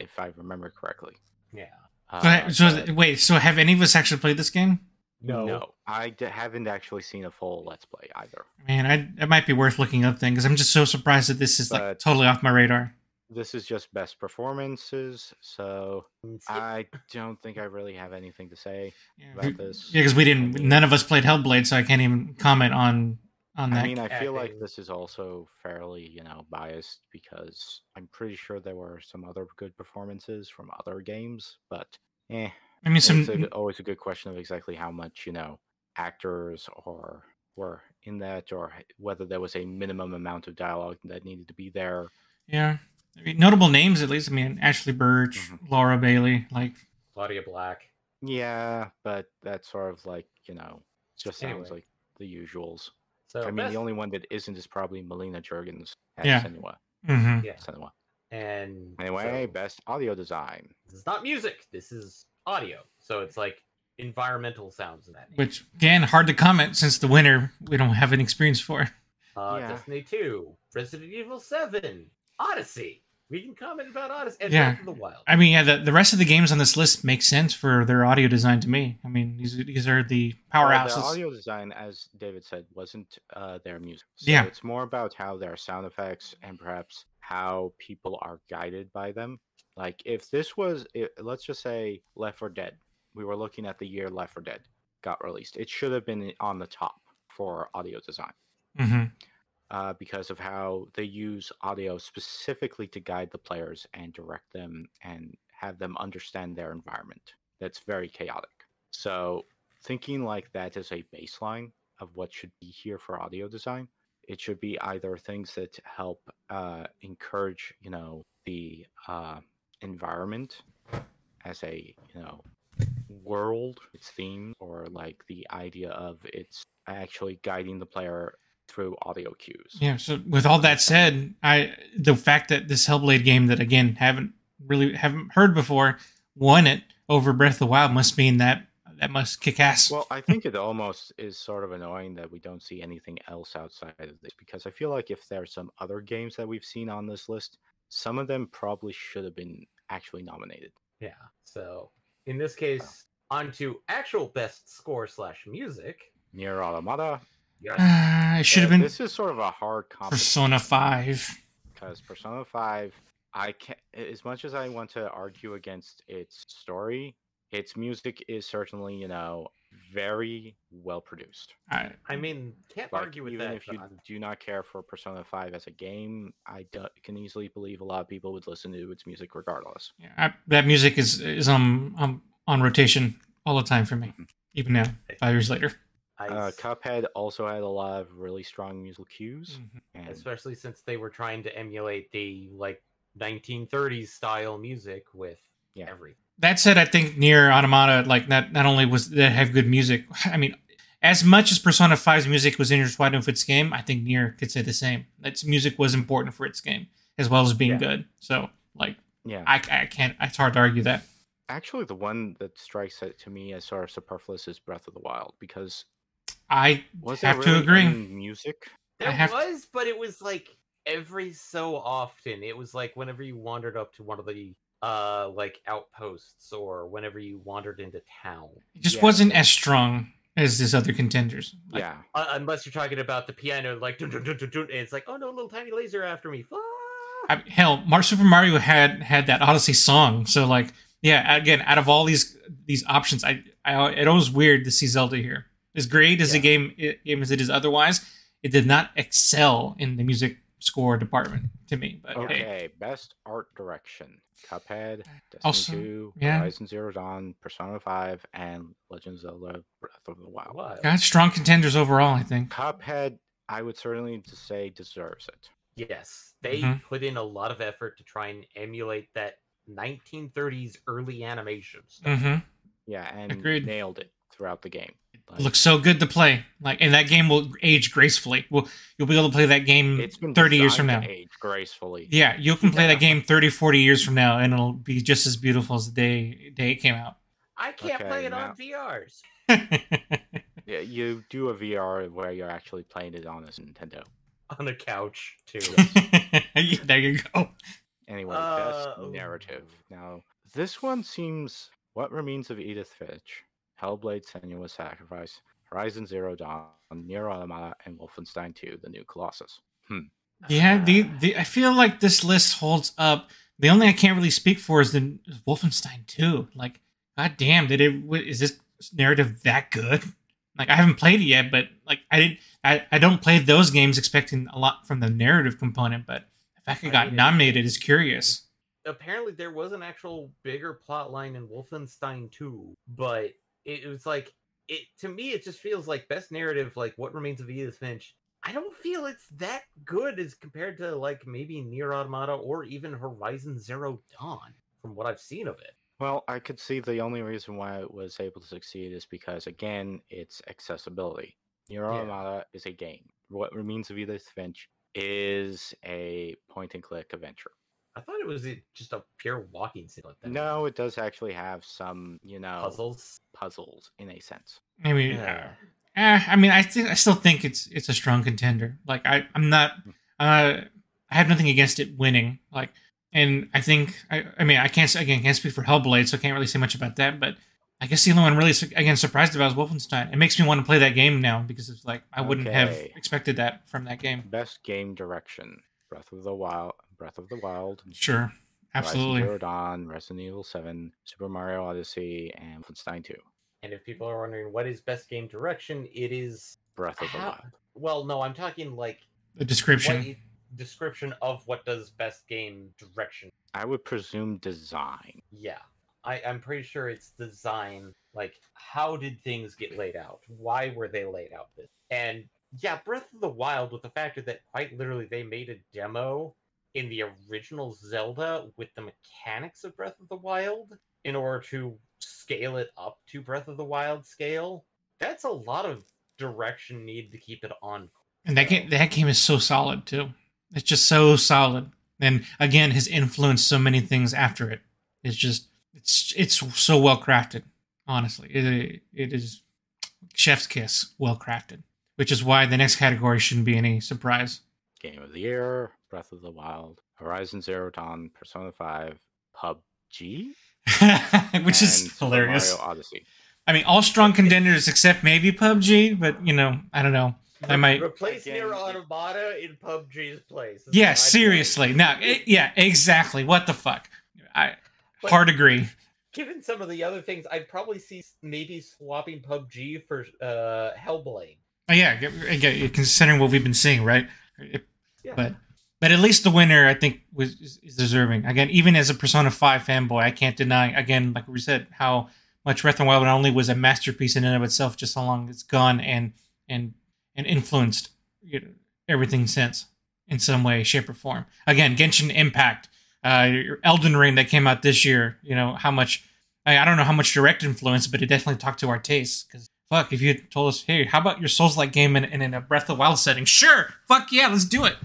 [SPEAKER 3] if I remember correctly.
[SPEAKER 4] Yeah.
[SPEAKER 3] Uh,
[SPEAKER 2] so, I- so
[SPEAKER 3] but
[SPEAKER 2] th- wait, so have any of us actually played this game?
[SPEAKER 3] no. I d- haven't actually seen a full Let's Play either.
[SPEAKER 2] Man, I it might be worth looking up then because I'm just so surprised that this is like
[SPEAKER 3] But-
[SPEAKER 2] totally off my radar.
[SPEAKER 3] This is just best performances, so I don't think I really have anything to say.
[SPEAKER 2] Yeah,
[SPEAKER 3] about this.
[SPEAKER 2] because we didn't.
[SPEAKER 3] I mean-
[SPEAKER 2] None of us played Hellblade, so I can't even comment on on that.
[SPEAKER 3] I mean, I feel like
[SPEAKER 4] acting.
[SPEAKER 3] this is also fairly, you know, biased because I'm pretty sure there were some other good performances from other games, but eh,
[SPEAKER 2] I mean, some
[SPEAKER 3] it's a g always a good question of exactly how much, you know, actors or were in that or h- whether there was a minimum amount of dialogue that needed to be there.
[SPEAKER 2] yeah, I mean, notable names at least. I mean, Ashley Burch,
[SPEAKER 3] Mm-hmm.
[SPEAKER 2] Laura Bailey, like
[SPEAKER 4] Claudia Black.
[SPEAKER 3] Yeah, but that's sort of like, you know, just sounds
[SPEAKER 4] Anyway.
[SPEAKER 3] like the usuals.
[SPEAKER 4] So
[SPEAKER 3] I mean,
[SPEAKER 4] best-
[SPEAKER 3] the only one that isn't is probably Melina Jurgens at
[SPEAKER 2] Yeah.
[SPEAKER 3] Senua.
[SPEAKER 2] mhm.
[SPEAKER 4] yeah.
[SPEAKER 3] Senua.
[SPEAKER 4] And
[SPEAKER 3] Anyway,
[SPEAKER 4] so-
[SPEAKER 3] best audio design.
[SPEAKER 4] This is not music. This is audio. So it's like environmental sounds in that.
[SPEAKER 2] which again, hard to comment since the winner we don't have an experience for.
[SPEAKER 4] Uh,
[SPEAKER 3] Yeah.
[SPEAKER 4] Destiny 2, Resident Evil 7, Odyssey. We can comment about Odyssey and
[SPEAKER 2] Yeah.
[SPEAKER 4] Breath of the Wild.
[SPEAKER 2] I mean, yeah, the, the rest of the games on this list make sense for their audio design to me. I mean, these these are the
[SPEAKER 3] Well,
[SPEAKER 2] powerhouses.
[SPEAKER 3] Oh, The audio design, as David said, wasn't uh, their music. So
[SPEAKER 2] Yeah.
[SPEAKER 3] it's more about how their sound effects and perhaps how people are guided by them. Like if this was, i let's just say, Left 4 Dead. We were looking at the year Left 4 Dead got released. It should have been on the top for audio design
[SPEAKER 2] hmm
[SPEAKER 3] uh, because of how they use audio specifically to guide the players and direct them and have them understand their environment. That's very chaotic. So, thinking like that as a baseline of what should be here for audio design, it should be either things that help uh, encourage, you know, the uh, environment as a, you know, world, its theme, or like the idea of it's actually guiding the player through audio cues.
[SPEAKER 2] Yeah. So with all that said, I the fact that this Hellblade game that again haven't really haven't heard before won it over Breath of the Wild must mean that that must kick ass.
[SPEAKER 3] Well, I think it almost is sort of annoying that we don't see anything else outside of this because I feel like if there's some other games that we've seen on this list, some of them probably should have been actually nominated.
[SPEAKER 4] Yeah. So in this case, on to actual best score slash music.
[SPEAKER 3] Near Automata.
[SPEAKER 4] Yeah.
[SPEAKER 2] Ah, it should have
[SPEAKER 3] uh,
[SPEAKER 2] been
[SPEAKER 3] This is sort of a hard competition
[SPEAKER 2] Persona Five.
[SPEAKER 3] because Persona Five. I can not as much as I want to argue against its story. Its music is certainly, you know, very well produced.
[SPEAKER 2] I,
[SPEAKER 4] I mean, can't
[SPEAKER 3] Like,
[SPEAKER 4] argue with
[SPEAKER 3] even
[SPEAKER 4] that.
[SPEAKER 3] if you
[SPEAKER 4] John.
[SPEAKER 3] do not care for Persona 5 as a game, I do- can easily believe a lot of people would listen to its music regardless.
[SPEAKER 2] yeah, I, that music is is on, on on rotation all the time for me, even now five years later.
[SPEAKER 4] I
[SPEAKER 3] Uh,
[SPEAKER 4] s-
[SPEAKER 3] Cuphead also had a lot of really strong musical cues.
[SPEAKER 4] Mm,
[SPEAKER 3] And
[SPEAKER 4] especially since they were trying to emulate the like 1930s style music with
[SPEAKER 3] Yeah.
[SPEAKER 4] everything.
[SPEAKER 2] That said, I think near Automata, like not not only was that have good music. I mean, as much as Persona 5's music was intertwined with its game, I think Near could say the same. Its music was important for its game as well as being
[SPEAKER 3] Yeah.
[SPEAKER 2] good. So like,
[SPEAKER 3] Yeah.
[SPEAKER 2] I I can't. It's hard to argue that.
[SPEAKER 3] Actually, the one that strikes it to me as sort of superfluous is Breath of the Wild because
[SPEAKER 2] I
[SPEAKER 3] was
[SPEAKER 2] have
[SPEAKER 3] there
[SPEAKER 2] to
[SPEAKER 3] really
[SPEAKER 2] agree.
[SPEAKER 3] any music?
[SPEAKER 4] There
[SPEAKER 2] have to-
[SPEAKER 4] was, but it was like every so often. It was like whenever you wandered up to one of the uh like outposts or whenever you wandered into town.
[SPEAKER 2] it just
[SPEAKER 3] Yeah.
[SPEAKER 2] wasn't as strong as his other contenders. Like,
[SPEAKER 3] yeah.
[SPEAKER 4] Uh, unless you're talking about the piano, like dun, dun, dun, dun, dun, and it's like, oh no, little tiny laser after me. Fuck!
[SPEAKER 2] I, hell, Mar- Super Mario had had that Odyssey song. So like, yeah, again, out of all these these options, I, I it always weird to see Zelda here. As great as the
[SPEAKER 4] Yeah.
[SPEAKER 2] game i- game as it is otherwise, it did not excel in the music score department to me. But
[SPEAKER 3] Okay.
[SPEAKER 2] uh, hey,
[SPEAKER 3] Best art direction: Cuphead, Destiny
[SPEAKER 2] Also,
[SPEAKER 3] 2,
[SPEAKER 2] yeah.
[SPEAKER 3] Horizon Zero Dawn, Persona 5, and Legend of Zelda: Breath of the Wild.
[SPEAKER 4] What?
[SPEAKER 2] got strong contenders overall. I think.
[SPEAKER 3] Cuphead, I would certainly to say deserves it.
[SPEAKER 4] Yes, they
[SPEAKER 2] Mhm.
[SPEAKER 4] put in a lot of effort to try and emulate that 1930s early animation stuff.
[SPEAKER 2] Mm-hmm.
[SPEAKER 3] Yeah, and
[SPEAKER 2] Agreed.
[SPEAKER 3] nailed it throughout the game. Like,
[SPEAKER 2] looks so good to play. Like, and that game will age gracefully. Well, you'll be able to play that game
[SPEAKER 3] it's been
[SPEAKER 2] 30 years from
[SPEAKER 3] designed
[SPEAKER 2] now.
[SPEAKER 3] to Age gracefully.
[SPEAKER 2] Yeah, you can play
[SPEAKER 3] Yeah.
[SPEAKER 2] that game 30, 40 years from now, and it'll be just as beautiful as the day day it came out.
[SPEAKER 4] I can't
[SPEAKER 3] Okay,
[SPEAKER 4] play it
[SPEAKER 3] now-
[SPEAKER 4] on VRs.
[SPEAKER 3] Yeah, you do a VR where you're actually playing it on a Nintendo.
[SPEAKER 4] On the couch too.
[SPEAKER 2] there you go.
[SPEAKER 3] Anyway,
[SPEAKER 4] Uh,
[SPEAKER 3] best narrative. Now, this one seems What Remains of Edith Finch, Hellblade Senua's Sacrifice, Horizon Zero Dawn, Nier Automata, and Wolfenstein 2, The New Colossus.
[SPEAKER 2] Yeah, the, the I feel like this list holds up. The only I can't really speak for is the is Wolfenstein 2. Like, god damn, did it wa- is this narrative that good? Like I haven't played it yet, but like I didn't I, I don't play those games expecting a lot from the narrative component, but the fact it
[SPEAKER 4] I
[SPEAKER 2] got
[SPEAKER 4] mean, it-
[SPEAKER 2] nominated is curious.
[SPEAKER 4] apparently there was an actual bigger plot line in Wolfenstein 2, but it, it was like it to me it just feels like best narrative like what remains of Edith Finch. I don't feel it's that good as compared to like maybe Nier Automata or even Horizon Zero Dawn from what I've seen of it.
[SPEAKER 3] Well, I could see the only reason why it was able to succeed is because, again, it's accessibility. Nier
[SPEAKER 4] Yeah.
[SPEAKER 3] Automata is a game. What Remains of Edith Finch is a point and click adventure.
[SPEAKER 4] I thought it was it- just a pure walking sim like that.
[SPEAKER 3] No, it does actually have some, you know,
[SPEAKER 4] puzzles.
[SPEAKER 3] puzzles in a sense.
[SPEAKER 2] Maybe Eh, I mean, I think I still think it's it's a strong contender. Like I, I'm not, uh, I have nothing against it winning. Like, and I think I, I mean, I can't s- again can't speak for Hellblade, so I can't really say much about that. But I guess the only one really su- again surprised about is Wolfenstein. It makes me want to play that game now because it's like I wouldn't have
[SPEAKER 3] Okay.
[SPEAKER 2] expected that from that game.
[SPEAKER 3] Best game direction: Breath of the Wild, Breath of the Wild,
[SPEAKER 2] Sure, absolutely.
[SPEAKER 3] Horizon Zero Dawn, Resident Evil Seven, Super Mario Odyssey, and Wolfenstein Two:
[SPEAKER 4] And if people are wondering what is best game direction, it is
[SPEAKER 3] Breath of the
[SPEAKER 4] how-
[SPEAKER 3] Wild.
[SPEAKER 4] well, no, I'm talking like
[SPEAKER 2] The description.
[SPEAKER 4] what you- description of what does best game direction.
[SPEAKER 3] I would presume design.
[SPEAKER 4] Yeah, I, I'm pretty sure it's design. Like, how did things get laid out? Why were they laid out this? And yeah, Breath of the Wild, with the factor that quite literally they made a demo in the original Zelda with the mechanics of Breath of the Wild in order to scale it up to Breath of the Wild scale. That's a lot of direction needed to keep it on.
[SPEAKER 2] And that game, that game is so solid too. It's just so solid. And again, has influenced so many things after it. It's just it's it's so well crafted. Honestly, it it is chef's kiss, well crafted. Which is why the next category shouldn't be any surprise.
[SPEAKER 3] Game of the Year: Breath of the Wild, Horizon Zero Dawn, Persona Five, PUBG,
[SPEAKER 2] Which
[SPEAKER 3] and
[SPEAKER 2] is
[SPEAKER 3] Super
[SPEAKER 2] hilarious.
[SPEAKER 3] Mario Odyssey.
[SPEAKER 2] I mean, all strong contenders except maybe PUBG, but you know, I don't know. I might.
[SPEAKER 4] Replace
[SPEAKER 3] Again,
[SPEAKER 4] Nier
[SPEAKER 3] it-
[SPEAKER 4] Automata in PUBG's place. is what
[SPEAKER 2] Yeah,
[SPEAKER 4] I'd like.
[SPEAKER 2] seriously. No, it, yeah, exactly. What the fuck? I
[SPEAKER 4] But-
[SPEAKER 2] hard agree.
[SPEAKER 4] given some of the other things, I'd probably see s- maybe swapping PUBG for uh, Hellblade.
[SPEAKER 2] Oh, yeah, g- again, considering what we've been seeing, right? It-
[SPEAKER 4] Yeah.
[SPEAKER 2] But but at least the winner, I think, was is, is deserving. Again, even as a Persona Five fanboy, I can't deny. Again, like we said, how much Breath of the Wild not only was a masterpiece in and of itself, just how long it's gone and and and influenced you know, everything since in some way, shape, or form. Again, Genshin Impact, uh, your Elden Ring that came out this year. You know how much I, I don't know how much direct influence, but it definitely talked to our tastes. Because fuck, if you had told us, hey, how about your Souls like game in, in, in a Breath of the Wild setting? Sure, fuck yeah, let's do it.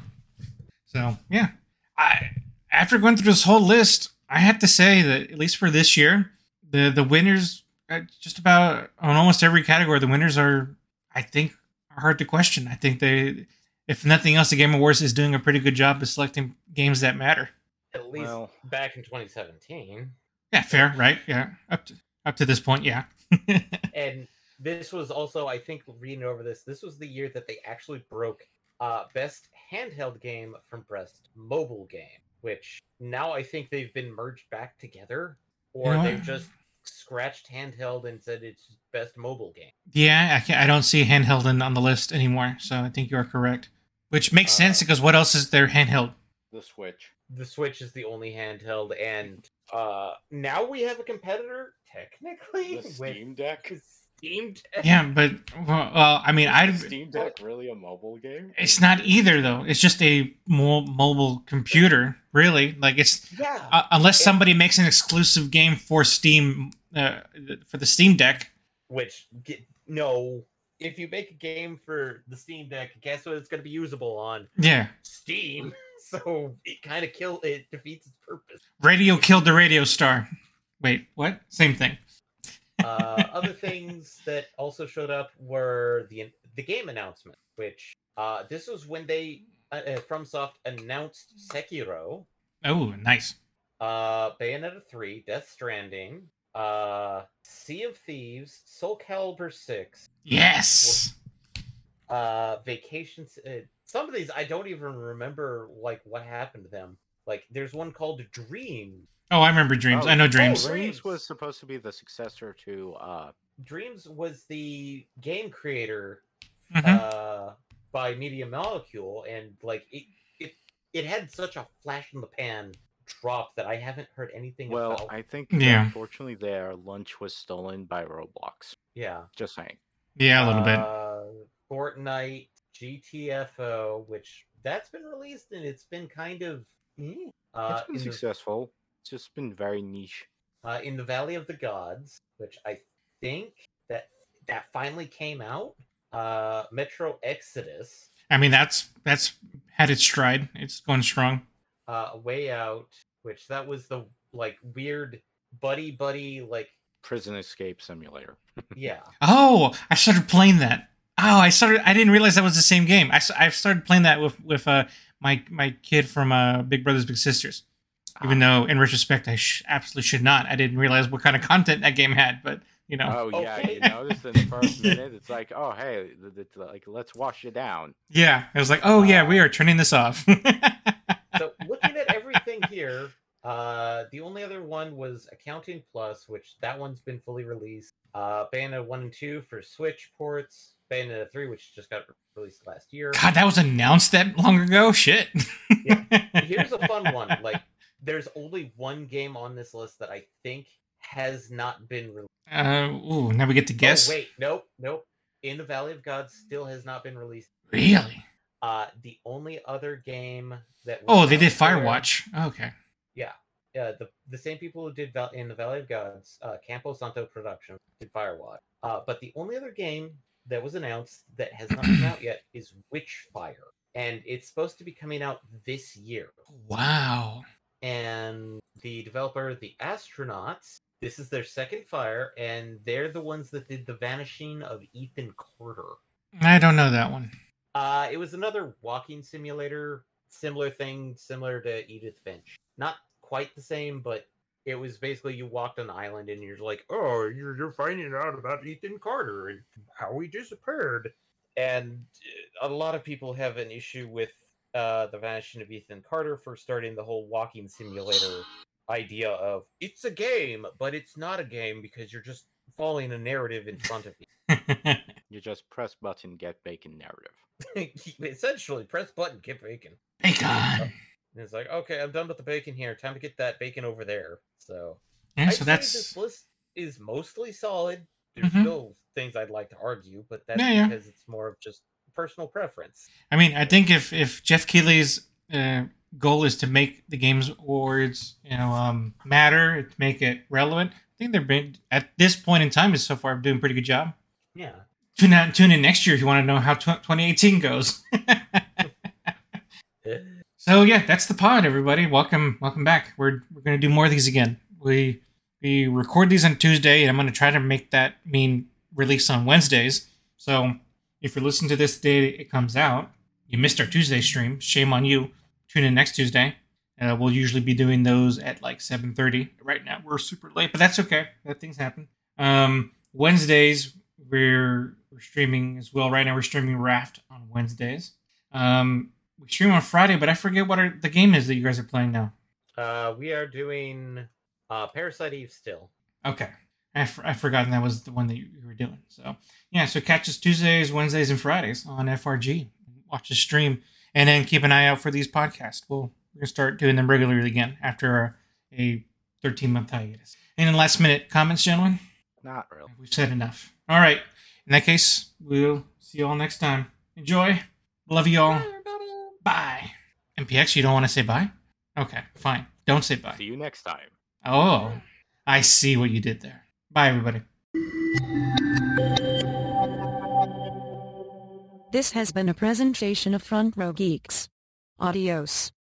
[SPEAKER 2] So yeah, I after going through this whole list, I have to say that at least for this year, the the winners uh, just about on almost every category, the winners are I think are hard to question. I think they, if nothing else, the Game Awards is doing a pretty good job of selecting games that matter.
[SPEAKER 4] At least
[SPEAKER 3] Well-
[SPEAKER 4] back in 2017.
[SPEAKER 2] Yeah, fair, right? Yeah, up to up to this point, yeah.
[SPEAKER 4] and this was also i think reading over this this was the year that they actually broke uh best handheld game from best mobile game which now i think they've been merged back together or
[SPEAKER 2] Yeah.
[SPEAKER 4] they've just scratched handheld and said it's best mobile game
[SPEAKER 2] Yeah, I, can't, I don't see handheld in, on the list anymore, so I think you are correct. Which makes
[SPEAKER 4] Uh,
[SPEAKER 2] sense because what else is there handheld?
[SPEAKER 3] The Switch.
[SPEAKER 4] the switch is the only handheld and uh now we have a competitor technically
[SPEAKER 3] The Steam Deck.
[SPEAKER 4] with steam Deck.
[SPEAKER 2] Yeah, but well, well I mean, I
[SPEAKER 3] Is the Steam Deck really a mobile game?
[SPEAKER 2] it's not either though. It's just a mo- mobile computer, really. Like it's
[SPEAKER 4] yeah
[SPEAKER 2] uh, unless somebody makes an exclusive game for Steam uh, for the Steam Deck.
[SPEAKER 4] Which get, no, if you make a game for the Steam Deck, guess what? It's going to be usable on
[SPEAKER 2] Yeah,
[SPEAKER 4] Steam. So it kind of kill it defeats its purpose.
[SPEAKER 2] radio killed the radio star. Wait, what? Same thing.
[SPEAKER 4] Uh, other things that also showed up were the the game announcement, which uh, this was when they uh, uh, FromSoft announced Sekiro,
[SPEAKER 2] Oh, nice.
[SPEAKER 4] uh, Bayonetta three, Death Stranding, uh, Sea of Thieves, Soul Calibur six,
[SPEAKER 2] Yes.
[SPEAKER 4] uh vacations uh, some of these i don't even remember like what happened to them like there's one called dream
[SPEAKER 2] Oh, I remember dreams.
[SPEAKER 3] Oh,
[SPEAKER 2] I know dreams.
[SPEAKER 4] Dreams.
[SPEAKER 3] Dreams was supposed to be the successor to uh,
[SPEAKER 4] dreams was the game creator
[SPEAKER 2] Mhm.
[SPEAKER 3] Mm-hmm.
[SPEAKER 4] uh by media molecule and like it, it it had such a flash in the pan drop that i haven't heard anything
[SPEAKER 3] Well,
[SPEAKER 4] about
[SPEAKER 3] I think
[SPEAKER 2] Yeah.
[SPEAKER 3] unfortunately their lunch was stolen by Roblox.
[SPEAKER 4] yeah
[SPEAKER 3] Just saying.
[SPEAKER 2] Yeah, a little bit.
[SPEAKER 4] uh, fortnite gtfo which that's been released and it's been kind of eh, uh,
[SPEAKER 3] it's been
[SPEAKER 4] in the-
[SPEAKER 3] successful. It's just been very niche.
[SPEAKER 4] uh, in the Valley of the Gods, which I think that that finally came out. Uh, Metro Exodus,
[SPEAKER 2] I mean, that's that's had its stride. It's going strong.
[SPEAKER 4] uh, A Way Out, which that was the like weird buddy buddy like
[SPEAKER 3] Prison escape simulator.
[SPEAKER 4] yeah
[SPEAKER 2] Oh, I started playing that. Oh, I started. I didn't realize that was the same game. I, s- I started playing that with with uh, my my kid from uh, Big Brothers Big Sisters. Even
[SPEAKER 4] Ah.
[SPEAKER 2] though, in retrospect, I sh- absolutely should not. I didn't realize what kind of content that game had. But you know,
[SPEAKER 3] Oh yeah,
[SPEAKER 4] Okay.
[SPEAKER 3] you noticed in the first minute, it's like, oh hey, th- th- like let's wash it down.
[SPEAKER 2] yeah, I was like, oh yeah, we are turning this off.
[SPEAKER 4] so looking at everything here uh the only other one was accounting plus which that one's been fully released uh bayonetta 1 and 2 for switch ports bayonetta 3 which just got released last year
[SPEAKER 2] God, that was announced that long ago. Shit.
[SPEAKER 4] Yeah. here's a fun one. Like, there's only one game on this list that I think has not been released.
[SPEAKER 2] Uh, ooh, now we get to guess.
[SPEAKER 4] Oh, wait, nope, nope. In the Valley of God still has not been released.
[SPEAKER 2] Really?
[SPEAKER 4] Uh, the only other game that. was
[SPEAKER 2] Oh, they did
[SPEAKER 4] out there-
[SPEAKER 2] Firewatch. Okay.
[SPEAKER 4] Yeah, the, the same people who did Val- in the Valley of Gods, uh, Campo Santo Productions did Firewatch. Uh, but the only other game that was announced that has not come out yet is Witchfire, and it's supposed to be coming out this year.
[SPEAKER 2] Wow.
[SPEAKER 4] and the developer, the Astronauts. This is their second fire, and they're the ones that did the vanishing of Ethan Carter.
[SPEAKER 2] I don't know that one.
[SPEAKER 4] Uh, it was another walking simulator, similar thing, similar to Edith Finch. Not quite the same, but it was basically you walked an island and you're like, oh, you're, you're finding out about Ethan Carter and how he disappeared. And uh, a lot of people have an issue with uh, the vanishing of Ethan Carter for starting the whole walking simulator idea of it's a game, but it's not a game because you're just following a narrative in front of you.
[SPEAKER 3] You just press button, get bacon narrative.
[SPEAKER 4] Essentially, press button, get bacon.
[SPEAKER 2] Bacon.
[SPEAKER 4] And it's like, okay, I'm done with the bacon here. Time to get that bacon over there. So,
[SPEAKER 2] Yeah,
[SPEAKER 4] I'd
[SPEAKER 2] so
[SPEAKER 4] say
[SPEAKER 2] that's
[SPEAKER 4] this list is mostly solid. There's
[SPEAKER 2] Mhm.
[SPEAKER 4] still things I'd like to argue, but that's
[SPEAKER 2] Yeah, yeah.
[SPEAKER 4] because it's more of just personal preference.
[SPEAKER 2] I mean, I think if if Jeff Keighley's uh, goal is to make the games awards, you know, um, matter, to make it relevant, I think think they're been at this point in time is so far doing a pretty good job.
[SPEAKER 4] Yeah.
[SPEAKER 2] Tune out, tune in next year if you want to know how tw 2018 goes.
[SPEAKER 4] Eh,
[SPEAKER 2] so yeah, that's the pod, everybody. Welcome, welcome back. We're we're gonna do more of these again. We we record these on Tuesday, and I'm gonna try to make that mean release on Wednesdays. So if you're listening to this the day it comes out, you missed our Tuesday stream. Shame on you. Tune in next Tuesday. Uh, we'll usually be doing those at like 7:30. Right now we're super late, but that's okay. That things happen. Um, Wednesdays we're, we're streaming as well. Right now we're streaming Raft on Wednesdays. Um, we stream on Friday, but I forget what our, the game is that you guys are playing now.
[SPEAKER 4] Uh, we are doing uh, Parasite Eve still.
[SPEAKER 2] Okay. I f- I forgotten that was the one that you you were doing. So, yeah, so catch us Tuesdays, Wednesdays, and Fridays on FRG. Watch the stream and then keep an eye out for these podcasts. We'll, we're going to start doing them regularly again after a 13 month hiatus. And then last minute comments, gentlemen?
[SPEAKER 3] Not really.
[SPEAKER 2] We've said enough. All right. In that case, we'll see you all next time. Enjoy. Love you all. Bye. MPX, you don't want to say bye? Okay, fine. Don't say bye.
[SPEAKER 3] See you next time.
[SPEAKER 2] Oh, I see what you did there. Bye, everybody.
[SPEAKER 1] This has been a presentation of Front Row Geeks. Adios.